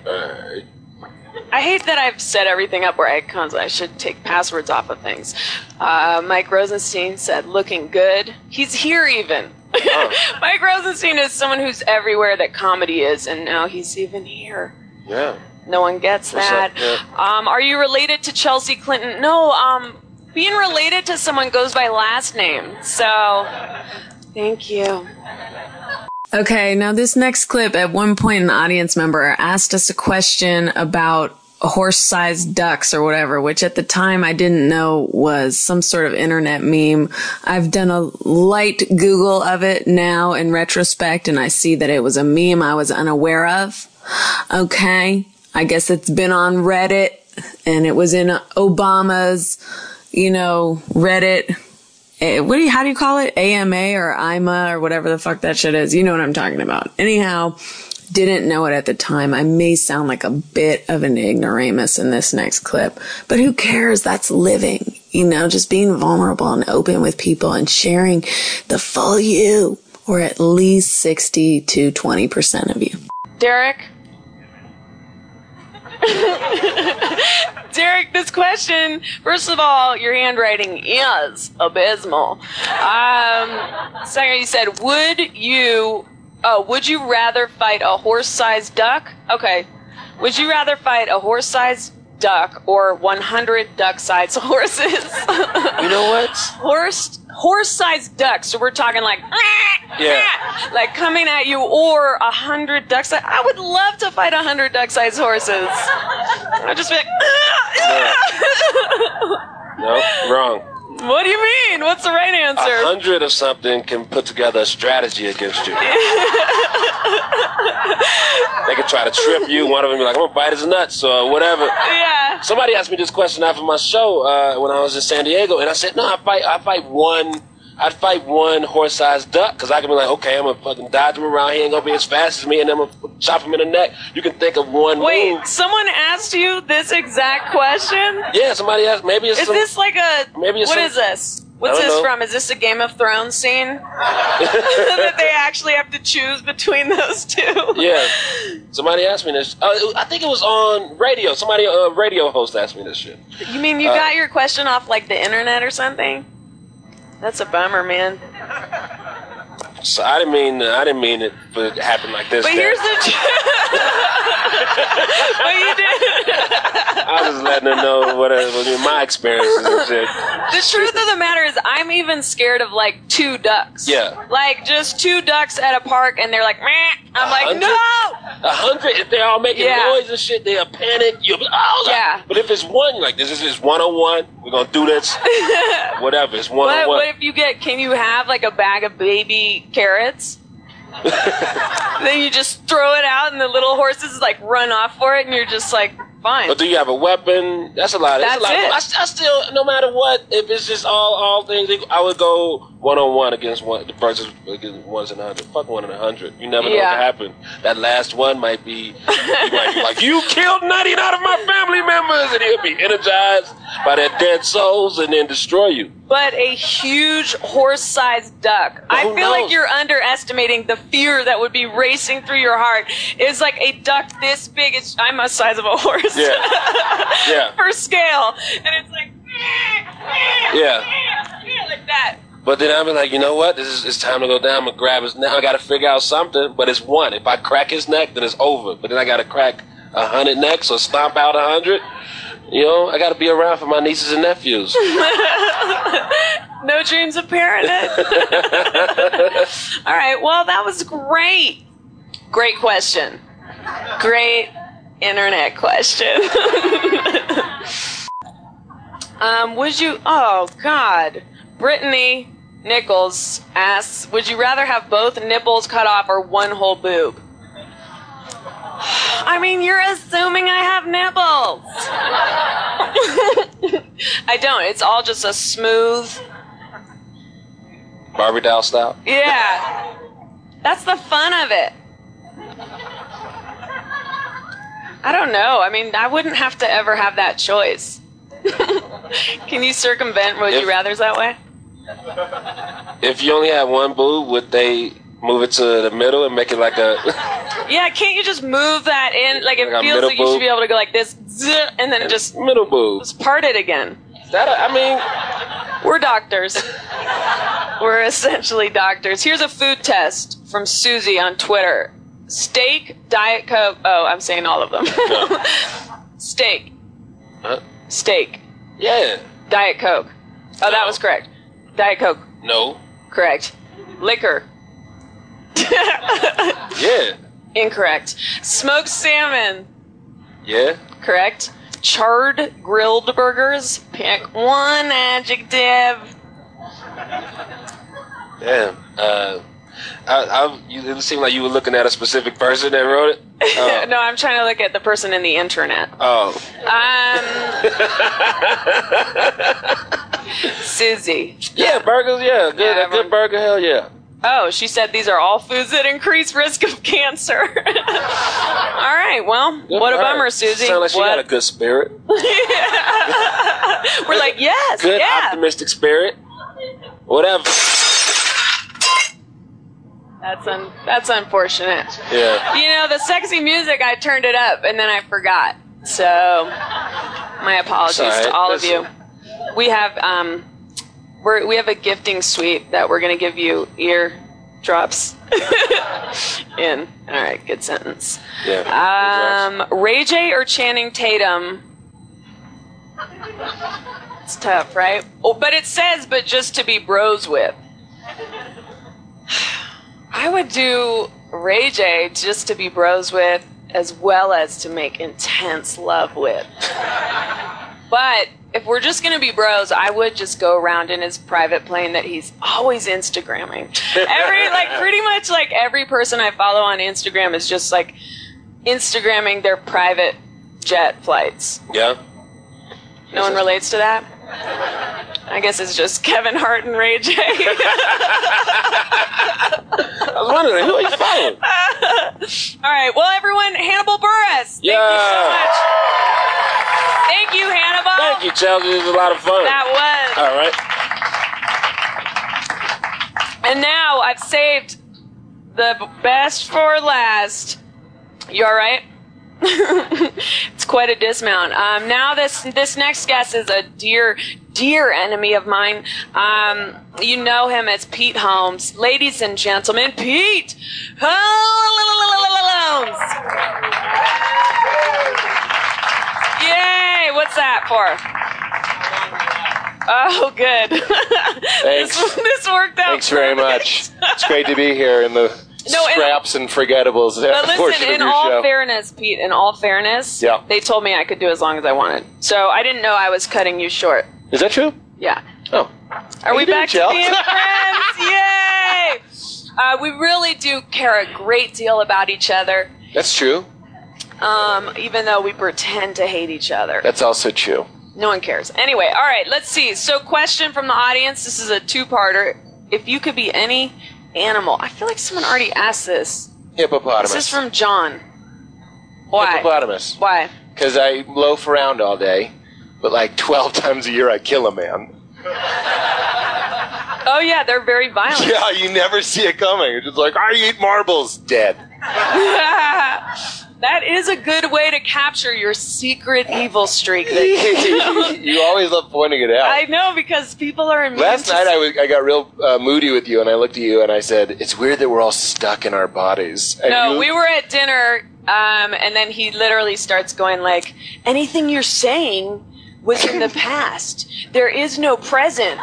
I hate that I've set everything up where icons. I should take passwords off of things. Uh, Mike Rosenstein said, "Looking good." He's here even.
Oh.
Mike Rosenstein is someone who's everywhere that comedy is, and now he's even here.
Yeah.
No one gets
What's
that.
up? Yeah.
Um, are you related to Chelsea Clinton? No. Um, being related to someone goes by last name. So, thank you.
Okay, now this next clip, at one point, an audience member asked us a question about horse sized ducks or whatever, which at the time I didn't know was some sort of internet meme. I've done a light Google of it now in retrospect, and I see that it was a meme I was unaware of. Okay, I guess it's been on Reddit, and it was in Obama's, you know, Reddit eh, what do you, how do you call it? AMA or IMA or whatever the fuck that shit is. You know what I'm talking about. Anyhow, didn't know it at the time. I may sound like a bit of an ignoramus in this next clip, but who cares? That's living, you know, just being vulnerable and open with people and sharing the full you or at least 60 to 20% of you.
Derek? Derek, this question, first of all, your handwriting is abysmal. Um, second, you said, would you, oh, would you rather fight a horse sized duck? Okay. Would you rather fight a horse sized duck or 100 duck sized horses?
You know what?
horse horse sized ducks. So we're talking like
Yeah.
like coming at you or a hundred duck sized I would love to fight a hundred duck sized horses. I'd just be like
No, wrong.
What do you mean? What's the right
A
answer?
hundred of something can put together a strategy against you. they could try to trip you. One of them be like, I'm gonna bite his nuts or whatever.
Yeah.
Somebody asked me this question after my show uh, when I was in San Diego, and I said, "No, I fight. I fight one. I'd fight one horse-sized duck because I can be like, okay, I'm gonna fucking dodge him around. He ain't gonna be as fast as me, and I'm gonna chop him in the neck. You can think of one
Wait,
move.
someone asked you this exact question?
Yeah, somebody asked. Maybe it's
Is
some,
this like a
Maybe it's
what
some-
is this? What's
I don't
this
know.
from? Is this a Game of Thrones scene? that they actually have to choose between those two?
Yeah. Somebody asked me this. Uh, it- I think it was on radio. Somebody, uh, radio host, asked me this shit.
You mean you
Uh,
got your question off like the internet or something? That's a bummer, man.
So I didn't mean, I didn't mean it for it to happen like this.
But
Dan.
here's the. but you did.
I was letting them know what uh, was my experiences and shit.
The truth of the matter is, I'm even scared of like two ducks.
Yeah.
Like just two ducks at a park, and they're like, meh. I'm like,
hundred-
no.
A hundred, if they're all making
Yeah.
noise and shit, they'll panic. You'll be, oh, like-
Yeah.
But if it's one, like this is just one on one, we're gonna do this. Whatever, it's one
What,
on
what
one.
if you get? Can you have like a bag of baby carrots? then you just throw it out, and the little horses like run off for it, and you're just like, fine.
But do you have a weapon? That's a lot.
That's
a lot.
it.
I, st- I still, no matter what, if it's just all all things, equal, I would go one on one against one versus against ones and a hundred. Fuck one and a hundred. You never know
Yeah.
what could happen. That last one might be, you might be like, you killed ninety nine of my family members, and he'll be energized by their dead souls and then destroy you.
but a huge horse-sized duck. I
who
feel like
knows?
you're underestimating the fear that would be racing through your heart. It's like a duck this big. It's I'm a size of a horse
Yeah. yeah.
for scale, and it's like like that.
But then I'll be like, you know what? This is it's time to go down. I'm gonna grab his neck. I gotta figure out something. But it's one. If I crack his neck, then it's over. But then I gotta crack a hundred necks or stomp out a hundred. You know, I gotta be around for my nieces and nephews.
No dreams of parenthood. All right. Well, that was great. Great question. Great internet question. um, would you? Oh God, Brittany Nichols asks, would you rather have both nipples cut off or one whole boob? I mean, you're assuming I have nipples. I don't. It's all just a smooth.
Barbie doll style.
Yeah. That's the fun of it. I don't know. I mean, I wouldn't have to ever have that choice. Can you circumvent would you
If-
rather's that way?
If you only had one boob, would they move it to the middle and make it like a
Yeah, can't you just move that in? Like, it
Like a
feels
middle
like you should
boob?
be able to go like this, zzz, and then just,
middle boob?
just part it again.
That I mean,
We're doctors. We're essentially doctors. Here's a food test from Susie on Twitter steak, Diet Coke. Oh, I'm saying all of them. steak,
huh?
steak,
yeah.
Diet Coke. Oh, that
No.
was correct. Diet Coke,
No.
correct. Liquor,
Yeah.
incorrect. Smoked salmon,
Yeah.
correct. Charred grilled burgers, pick one adjective.
Damn. Uh, I, I, you, it seemed like you were looking at a specific person that wrote it. Uh,
no, I'm trying to look at the person in the internet.
oh,
Um, Susie.
yeah, burgers. Yeah, good,
Yeah,
a good burger. Hell yeah.
Oh, she said these are all foods that increase risk of cancer. all right, well,
Good
what a
for her.
bummer, Susie.
Sound like she
What-
got a good spirit.
We're like, yes,
Good
yeah.
optimistic spirit. Whatever.
That's un- that's unfortunate.
Yeah.
You know, the sexy music, I turned it up and then I forgot. So, my apologies
It's all right.
to all of you.
Listen.
We have um, we're, we have a gifting suite that we're gonna give you ear drops in. All right, good sentence.
Yeah.
Um, Ray J or Channing Tatum? It's tough, right? Oh, but it says, but just to be bros with. I would do Ray J just to be bros with, as well as to make intense love with. but if we're just gonna be bros, I would just go around in his private plane that he's always Instagramming. Every like pretty much like every person I follow on Instagram is just like Instagramming their private jet flights.
yeah.
No one relates to that. I guess it's just Kevin Hart and Ray J.
I was wondering who are you following?
All right. Well, everyone, Hannibal Burris. Thank you so
Yeah.
much. Thank you, Hannibal.
Thank you, Chelsea. It was a lot of fun.
That was.
All right.
And now I've saved the b- best for last. You all right? it's quite a dismount. Um, now this this next guest is a dear dear enemy of mine. Um, you know him as Pete Holmes, ladies and gentlemen, Pete Holmes. Yay! What's that for? Oh, good. this,
Thanks.
this worked out.
Thanks very much. It's great to be here in the
No, in-
scraps and forgettables
But
portion
listen,
of
in
your
all
show.
fairness, Pete, in all fairness,
Yeah.
they told me I could do as long as I wanted. So I didn't know I was cutting you short.
Is that true?
Yeah.
Oh,
Are we
you doing,
back
Jill?
to being friends? Yay! Uh, we really do care a great deal about each other,
that's true.
um, even though we pretend to hate each other.
That's also true.
No one cares. Anyway, all right, let's see. So, question from the audience. This is a two-parter. If you could be any animal, I feel like someone already asked this.
Hippopotamus.
This is from John. Why?
Hippopotamus.
Why?
Because I loaf around all day, but like 12 times a year I kill a man.
Oh yeah, they're very violent.
Yeah, you never see it coming. It's just like, I eat marbles. Dead.
that is a good way to capture your secret evil streak. that you-
you always love pointing it out.
I know because people are immune.
Last
to
night I, was, I got real uh, moody with you, and I looked at you and I said, "It's weird that we're all stuck in our bodies." And
No,
you-
we were at dinner, um, and then he literally starts going like, "Anything you're saying was in the past. There is no present.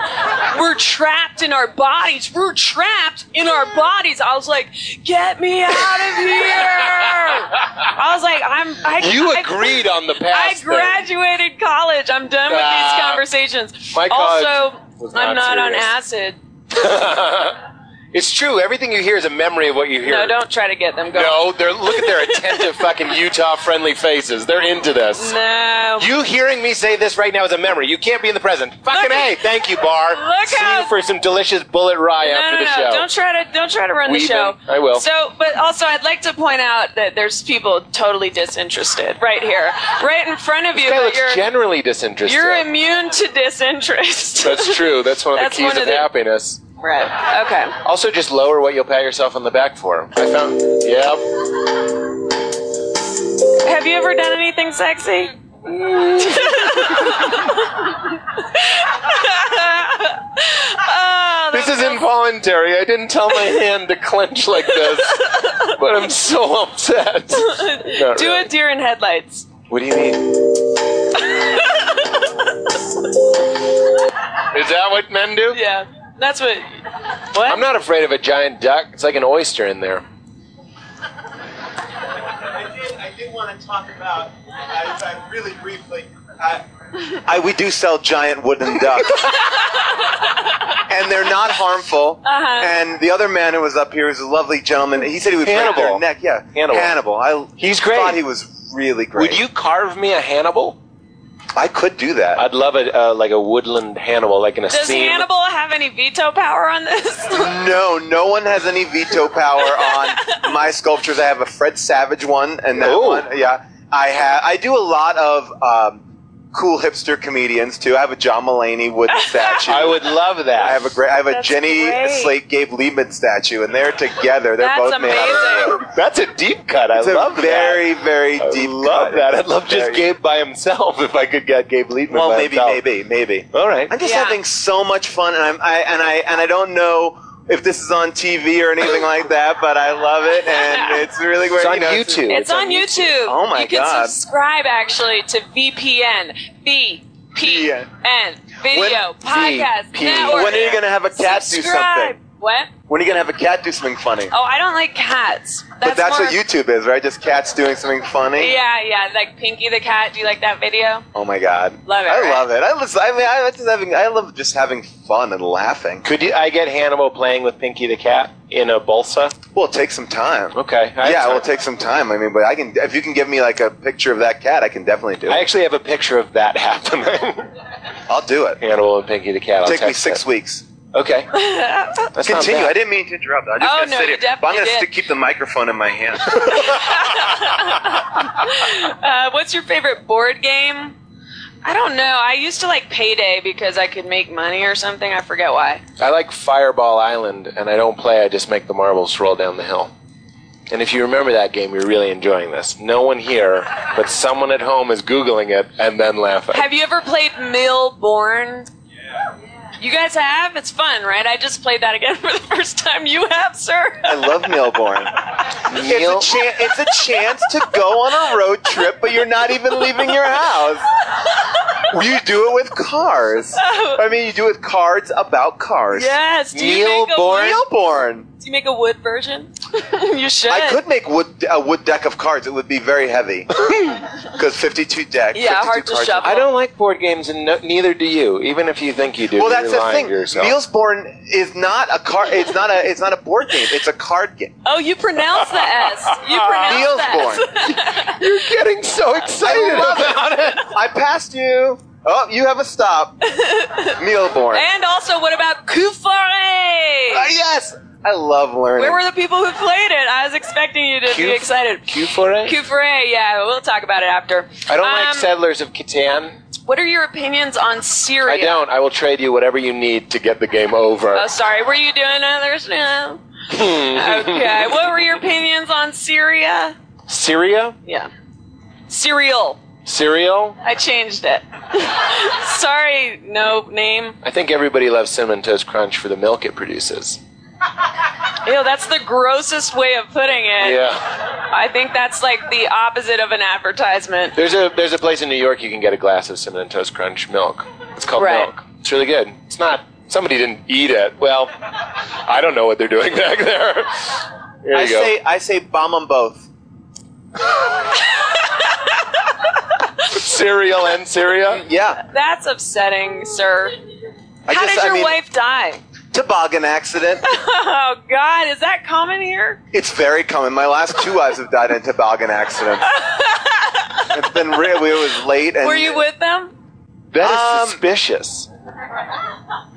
We're trapped in our bodies. We're trapped in our bodies." I was like, "Get me out of here!" I was like, "I'm." I,
You
I-
agreed on the
I
past. thing.
graduated college. I'm done with
Ah.
these conversations.
My college
also,
was
I'm
not
not on
serious.
acid.
It's true. Everything you hear is a memory of what you hear.
No, don't try to get them going.
No, they're look at their attentive fucking Utah-friendly faces. They're into this.
No.
You hearing me say this right now is a memory. You can't be in the present. Fucking
Look-
hey, thank you, Bar.
Look
See
how-
you for some delicious bullet rye
no,
after
no,
the
no!
show.
Don't try to don't try to run the
Weave
show.
in. I will.
So, but also, I'd like to point out that there's people totally disinterested right here, right in front of you.
Guy
but
looks
you're
generally disinterested.
you're immune to disinterest.
That's true. That's one of
That's
the keys
one
of,
of the-
happiness.
right. Okay.
Also, just lower what you'll pat yourself on the back for. I found.
Oh,
Yep.
Have you ever done anything sexy?
This is involuntary. I didn't tell my hand to clench like this, but I'm so upset. Not
Do
really.
a deer in headlights.
What do you mean? is that what men do?
Yeah, that's what.
I'm not afraid of a giant duck. It's like an oyster in there.
I did, I did want to talk about, I, I really briefly. uh, I, I, we do sell giant wooden ducks. and they're not harmful. And the other man who was up here was a lovely gentleman. He said he would break
Hannibal.
their neck. Yeah.
Hannibal.
Hannibal. I
He's great.
thought he was really great.
Would you carve me a Hannibal?
I could do that.
I'd love a uh, like a woodland Hannibal, like in a
Does
scene.
Hannibal have any veto power on this?
No, no one has any veto power on my sculptures. I have a Fred Savage one, and that
Ooh.
one, yeah. I have. I do a lot of um, cool hipster comedians too. I have a John Mulaney wooden statue.
I would love that.
I have a great. I have a
That's
Jenny
great.
Slate Gabe Liebman statue, and they're together. They're
That's
both made out of
amazing.
wood.
That's a deep cut. I
It's
love
a very, very
that.
deep.
I love
cut.
that.
It's
I'd love just
very-
Gabe by himself if I could get Gabe Liebman.
Well,
by
maybe,
himself.
maybe, maybe.
All right.
I'm just
Yeah.
having so much fun, and I'm, I and I and I don't know if this is on TV or anything like that, but I love it, and it's really great.
It's on
you know,
YouTube.
It's, on, YouTube.
Oh my
you can
God.
subscribe actually to VPN. VPN. Video
When-
podcast
VPN.
network.
When are you gonna have a cat do
subscribe?
something?
What?
When are you gonna have a cat do something funny?
Oh, I don't like cats. That's
but that's
more,
what YouTube is, right? Just cats doing something funny.
Yeah, yeah, like Pinky the cat. Do you like that video?
Oh my god.
Love it,
I
right?
love it. I was. I mean, I was just having. I love just having fun and laughing.
Could you, I get Hannibal playing with Pinky the Cat in a bolsa?
Well, take some time.
Okay. I
Yeah, it will take some time. I mean, but I can. If you can give me like a picture of that cat, I can definitely do
I
it.
actually have a picture of that happening.
I'll do it.
Hannibal and Pinky the Cat. I'll
Take me
text
six
it.
weeks.
Okay. That's not
Continue.
bad.
I didn't mean to interrupt. I'm just
Oh,
gonna
no,
sit
you
here. But I'm
definitely
gonna
did.
stick- keep the microphone in my hand.
Uh, what's your favorite board game? I don't know. I used to like payday because I could make money or something. I forget why.
I like Fireball Island, and I don't play. I just make the marbles roll down the hill. And if you remember that game, you're really enjoying this. No one here, but someone at home is googling it and then laughing.
Have you ever played Millborn? Yeah. You guys have? It's fun, right? I just played that again for the first time. You have, sir?
I love Melbourne.
Neil?
It's a, chan- it's a chance to go on a road trip, but you're not even leaving your house. You do it with cars. I mean, you do it with cards about cars.
Oh. Yes. Do you
Neil
make a
Born?
wood,
Melbourne.
Do you make a wood version? you should.
I could make wood a wood deck of cards. It would be very heavy because 52 decks.
Yeah,
52
hard to
cards.
shuffle.
I don't like board games, and no, neither do you. Even if you think you do,
Well,
you're
that's the
lying
thing.
to yourself.
Mealsborne is not a card. It's not a. It's not a board game. It's a card game.
Oh, you pronounce the S. You pronounce the S.
Mealsborne.
You're getting so excited about it.
I passed you. Oh, you have a stop. Mealborn.
And also, what about Kufare?
Uh, yes, I love learning.
Where were the people who played it? I was expecting you to be
Kuf-
excited.
Q for it.
Kufare, yeah, we'll talk about it after.
I don't like
Um,
Settlers of Catan.
What are your opinions on Syria?
I don't. I will trade you whatever you need to get the game over.
Oh, sorry. Were you doing others now? okay. What were your opinions on Syria?
Syria?
Yeah. Cereal.
Cereal?
I changed it. sorry, no name.
I think everybody loves Cinnamon Toast Crunch for the milk it produces.
Ew, that's the grossest way of putting it.
Yeah.
I think that's like the opposite of an advertisement.
There's a there's a place in New York you can get a glass of Cinnamon Toast Crunch milk. It's called
Right.
milk. It's really good. It's not somebody didn't eat it. Well, I don't know what they're doing back there. There you
I
go.
say I say bomb them both.
cereal and Syria.
Yeah.
That's upsetting, sir.
I
How
just-
did
I
your
mean,
wife die?
Toboggan accident.
Oh God, is that common here?
It's very common. My last two wives have died in toboggan accidents. it's been real. It was late, and
Were you with them?
That is
Um,
suspicious.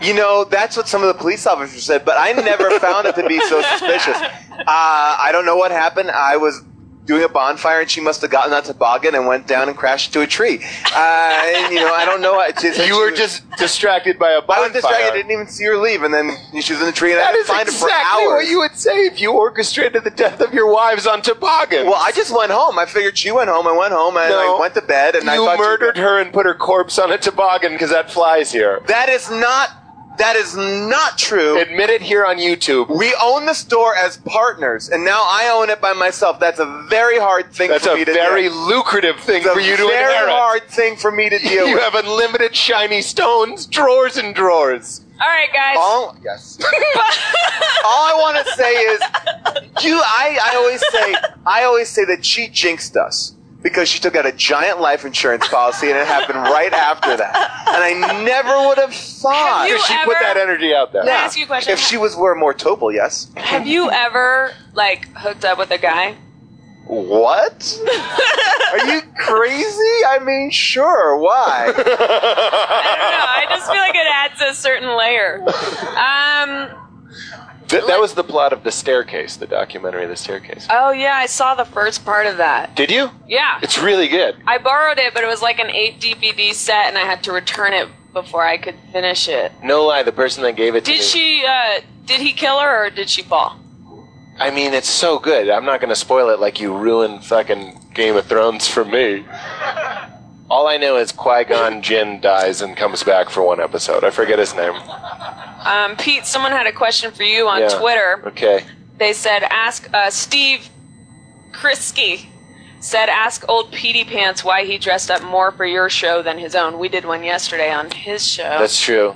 You know, that's what some of the police officers said, but I never found it to be so suspicious. Uh, I don't know what happened. I was doing a bonfire, and she must have gotten on toboggan and went down and crashed into a tree. Uh, and, you know, I don't know. I just-
You were just distracted by a bonfire.
I was distracted. I didn't even see her leave, and then she was in the tree, and I
That
had to
is
find
exactly
her for hours.
what you would say if you orchestrated the death of your wives on toboggan.
well, I just went home. I figured she went home. I went home, and
No.
I went to bed, and I
you
thought she-
murdered her and put her corpse on a toboggan because that flies here.
That is not. That is not true.
Admit it here on YouTube.
we own the store as partners, and now I own it by myself. That's a very hard thing
That's
for
a
me to
very
do.
lucrative thing
It's a
for you to
very
inherit.
hard thing for me to deal
You
with.
have unlimited shiny stones, drawers and drawers.
All right, guys.
All, yes. All I want to say is, you. I, I always say, I always say that she jinxed us because she took out a giant life insurance policy, and it happened right after that. And I never would have thought.
Have you
She
ever-
put that energy out there.
Can I ask you a question?
If she was were more Topol, yes.
Have you ever like hooked up with a guy?
What? Are you crazy? I mean, sure. Why?
I don't know. I just feel like it adds a certain layer. Um.
Th- that was the plot of The Staircase, the documentary The Staircase.
Oh yeah, I saw the first part of that.
Did you?
Yeah,
It's really good.
I borrowed it, but it was like an eight DVD set, and I had to return it before I could finish it.
No lie, the person that gave it to me.
Did she? uh Did he kill her, or did she fall?
I mean, it's so good. I'm not going to spoil it like you ruined fucking Game of Thrones for me. All I know is Qui Gon Jinn dies and comes back for one episode. I forget his name.
Um, Pete, someone had a question for you on
Yeah.
Twitter.
Okay.
They said, ask uh, Steve Krisky said, ask old Petey Pants why he dressed up more for your show than his own. We did one yesterday on his show.
That's true.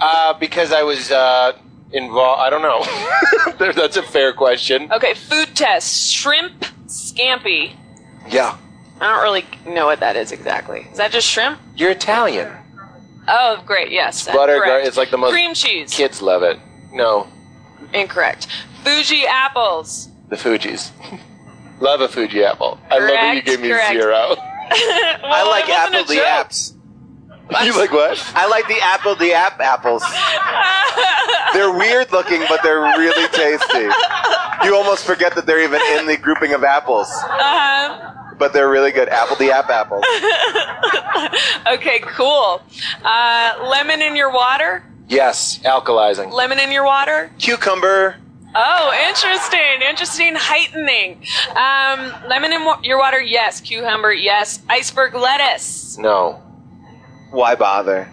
Uh, because I was uh, involved. I don't know. There- That's a fair question.
okay, food test shrimp scampi.
Yeah.
I don't really know what that is exactly. Is that just shrimp?
You're Italian.
Oh, great. Yes. that's
Butter,
correct.
gar- it's like the most-
cream cheese.
Kids love it. No,
Incorrect. Fuji apples.
the Fuji's. love a Fuji apple. I love that you
Correct,
gave me
correct.
zero.
Well,
I like
it wasn't a
Apple the
joke.
apps.
you like what?
I like the Apple the app apples. They're weird looking, but they're really tasty. You almost forget that they're even in the grouping of apples.
Uh-huh.
But they're really good. Apple the app apples.
Okay, cool. Uh, lemon in your water?
Yes, alkalizing.
Lemon in your water?
Cucumber.
Oh, interesting. Interesting heightening. Um, lemon in wa- your water? Yes. Cucumber? Yes. Iceberg lettuce?
No.
Why bother?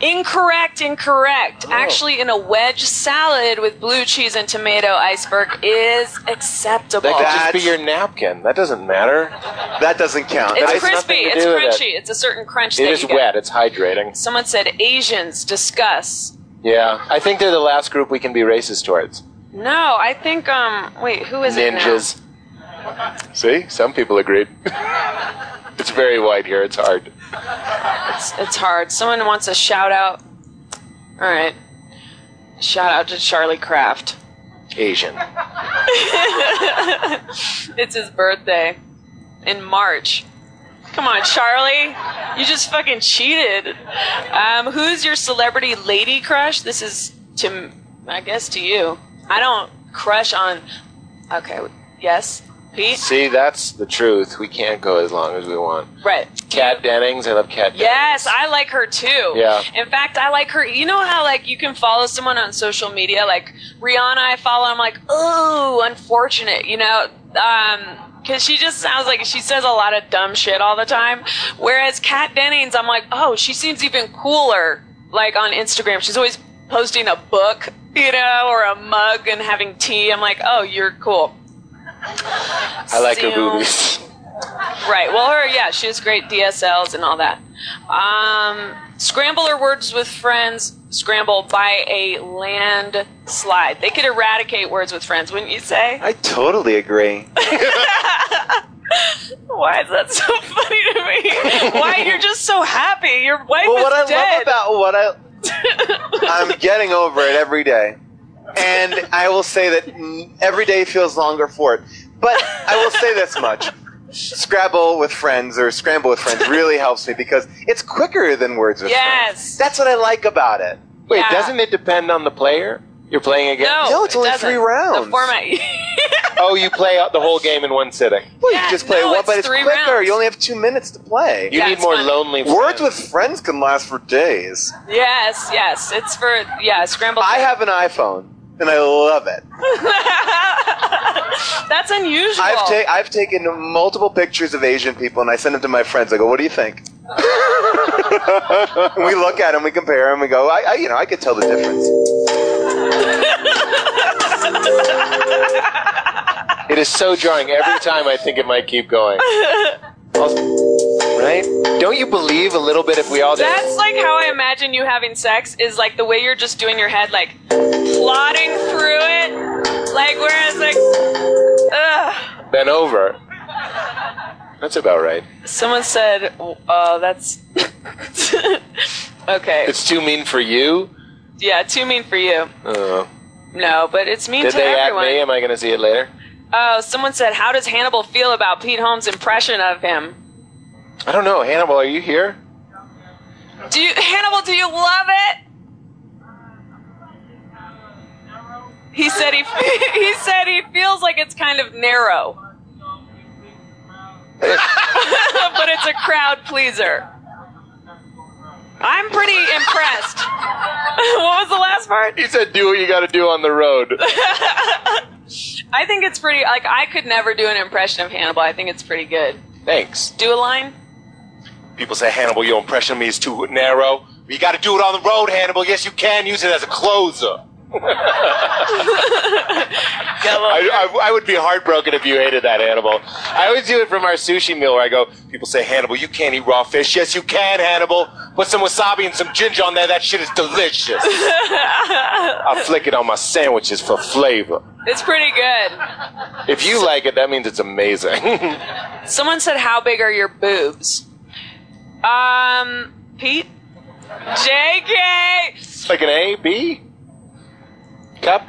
Incorrect,
Oh.
incorrect. Actually, in a wedge salad with blue cheese and tomato, iceberg is acceptable.
That could just
That's-
be your napkin. That doesn't matter.
That doesn't count.
it's
That is-
cr-
crispy.
nothing to
It's
do with it.
crunchy. It's a certain crunch
It
that
is
you get.
wet. It's hydrating.
Someone said Asians discuss.
Yeah. I think they're the last group we can be racist towards.
No, I think um wait, who is it? now?
Ninjas. See? Some people agreed. it's very wide here. It's hard.
It's, it's hard. Someone wants a shout out. All right. Shout out to Charlie Kraft.
Asian.
It's his birthday in March. Come on, Charlie. You just fucking cheated. Um, who's your celebrity lady crush? This is to, m- I guess, to you. I don't crush on. Okay, yes, Pete.
See, that's the truth. We can't go as long as we want.
Right.
Kat Dennings. I love Kat Dennings.
Yes, I like her too.
Yeah.
In fact, I like her. You know how like you can follow someone on social media, like Rihanna. I follow. I'm like, oh, unfortunate. You know, um, because she just sounds like she says a lot of dumb shit all the time. Whereas Kat Dennings, I'm like, oh, she seems even cooler. Like on Instagram, she's always posting a book, you know, or a mug and having tea. I'm like, oh, you're cool.
I like her
Sam.
boobies.
Right. Well, her yeah, she has great DSLs and all that. Um, scramble or words with friends. Scramble by a landslide. They could eradicate words with friends, wouldn't you say?
I totally agree.
Why is that so funny to me? Why you're just so happy? Your wife
Well,
is
what I love
dead.
about what I I'm getting over it every day, and I will say that mm, every day feels longer for it. But I will say this much: Scrabble with friends or scramble with friends really helps me because it's quicker than words with friends.
yes.
That's what I like about it.
Wait,
Yeah.
doesn't it depend on the player you're playing against?
no,
No, it's
it
only
doesn't.
three rounds.
The format.
Oh, you play out the whole game in one sitting.
Well,
Yeah,
you just play
no,
one,
it's
but it's
three
quicker.
rounds.
You only have two minutes to play.
You
That's
need more
funny.
lonely
Words
friends.
with friends can last for days.
yes, yes. It's for yeah, scramble.
I have an iPhone, and I love it.
That's unusual.
I've, ta- I've taken multiple pictures of Asian people and I send them to my friends. I go, "What do you think?" And we look at them, we compare them, we go, I, I, "You know, I could tell the difference."
It is so jarring. Every time I think it might keep going. right? Don't you believe a little bit if we all did?
That's like how I imagine you having sex is like the way you're just doing your head, like plodding through it. Like whereas like, ugh.
Been over. That's about right.
Someone said, "Oh, that's okay."
It's too mean for you.
yeah, too mean for you.
Uh,
No, but it's mean
did
to
they
everyone.
at me? Am I going to see it later?
Oh, someone said, "How does Hannibal feel about Pete Holmes' impression of him?"
I don't know. Hannibal, are you here?
Do you, Hannibal? Do you love it? He said he he said he feels like it's kind of narrow, but it's a crowd pleaser. I'm pretty impressed. what was the last part?
He said, "Do what you got to do on the road."
I think it's pretty. Like I could never do an impression of Hannibal. I think it's pretty good.
Thanks.
Do a line.
People say, "Hannibal, your impression of me is too narrow." You got to do it on the road, Hannibal. Yes, you can use it as a closer. I, I, I would be heartbroken if you hated that Hannibal. I always do it from our sushi meal where I go, people say, Hannibal, you can't eat raw fish. Yes, you can, Hannibal. Put some wasabi and some ginger on there. That shit is delicious. I flick it on my sandwiches for flavor.
It's pretty good.
If you like it, that means it's amazing.
Someone said, "How big are your boobs?" Um, Pete. JK.
it's like an A, B cup,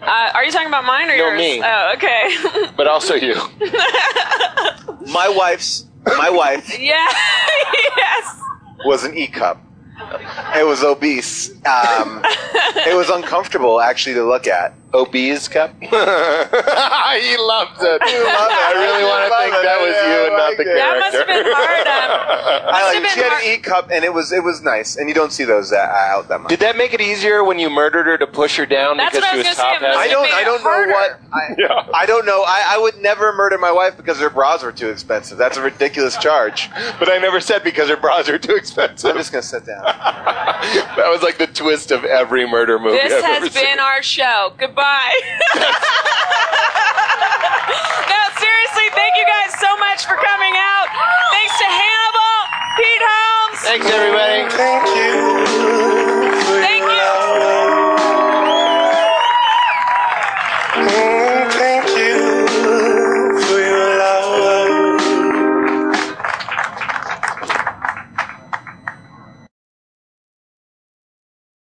Uh, are you talking about mine
No,
or yours?
me.
Oh, okay.
but also you.
My wife's my wife
yeah. yes.
was an E cup. It was obese. Um, it was uncomfortable actually to look at.
OB's cup. he loves it. I really want to
Love
think
it.
that was
Yeah,
you and
I
not
like
the
it.
That
character.
must have been hard. Um, must
I like
have
it. She
been
had
hard.
an E cup, and it was it was nice. And you don't see those that, out that much.
Did that make it easier when you murdered her to push her down
That's
because
what I
she
was
was
gonna
top
say, it must
I
It
heavy?
don't.
made
I
it
don't know
harder.
what. I,
Yeah.
I don't know. I, I would never murder my wife because her bras were too expensive. That's a ridiculous charge.
But I never said because her bras are too expensive.
I'm just gonna sit down.
that was like the twist of every murder movie.
This
I've
has
ever
been
seen.
our show. Goodbye. no, seriously, thank you guys so much for coming out. Thanks to Hannibal, Pete Holmes.
Thanks, everybody.
Thank you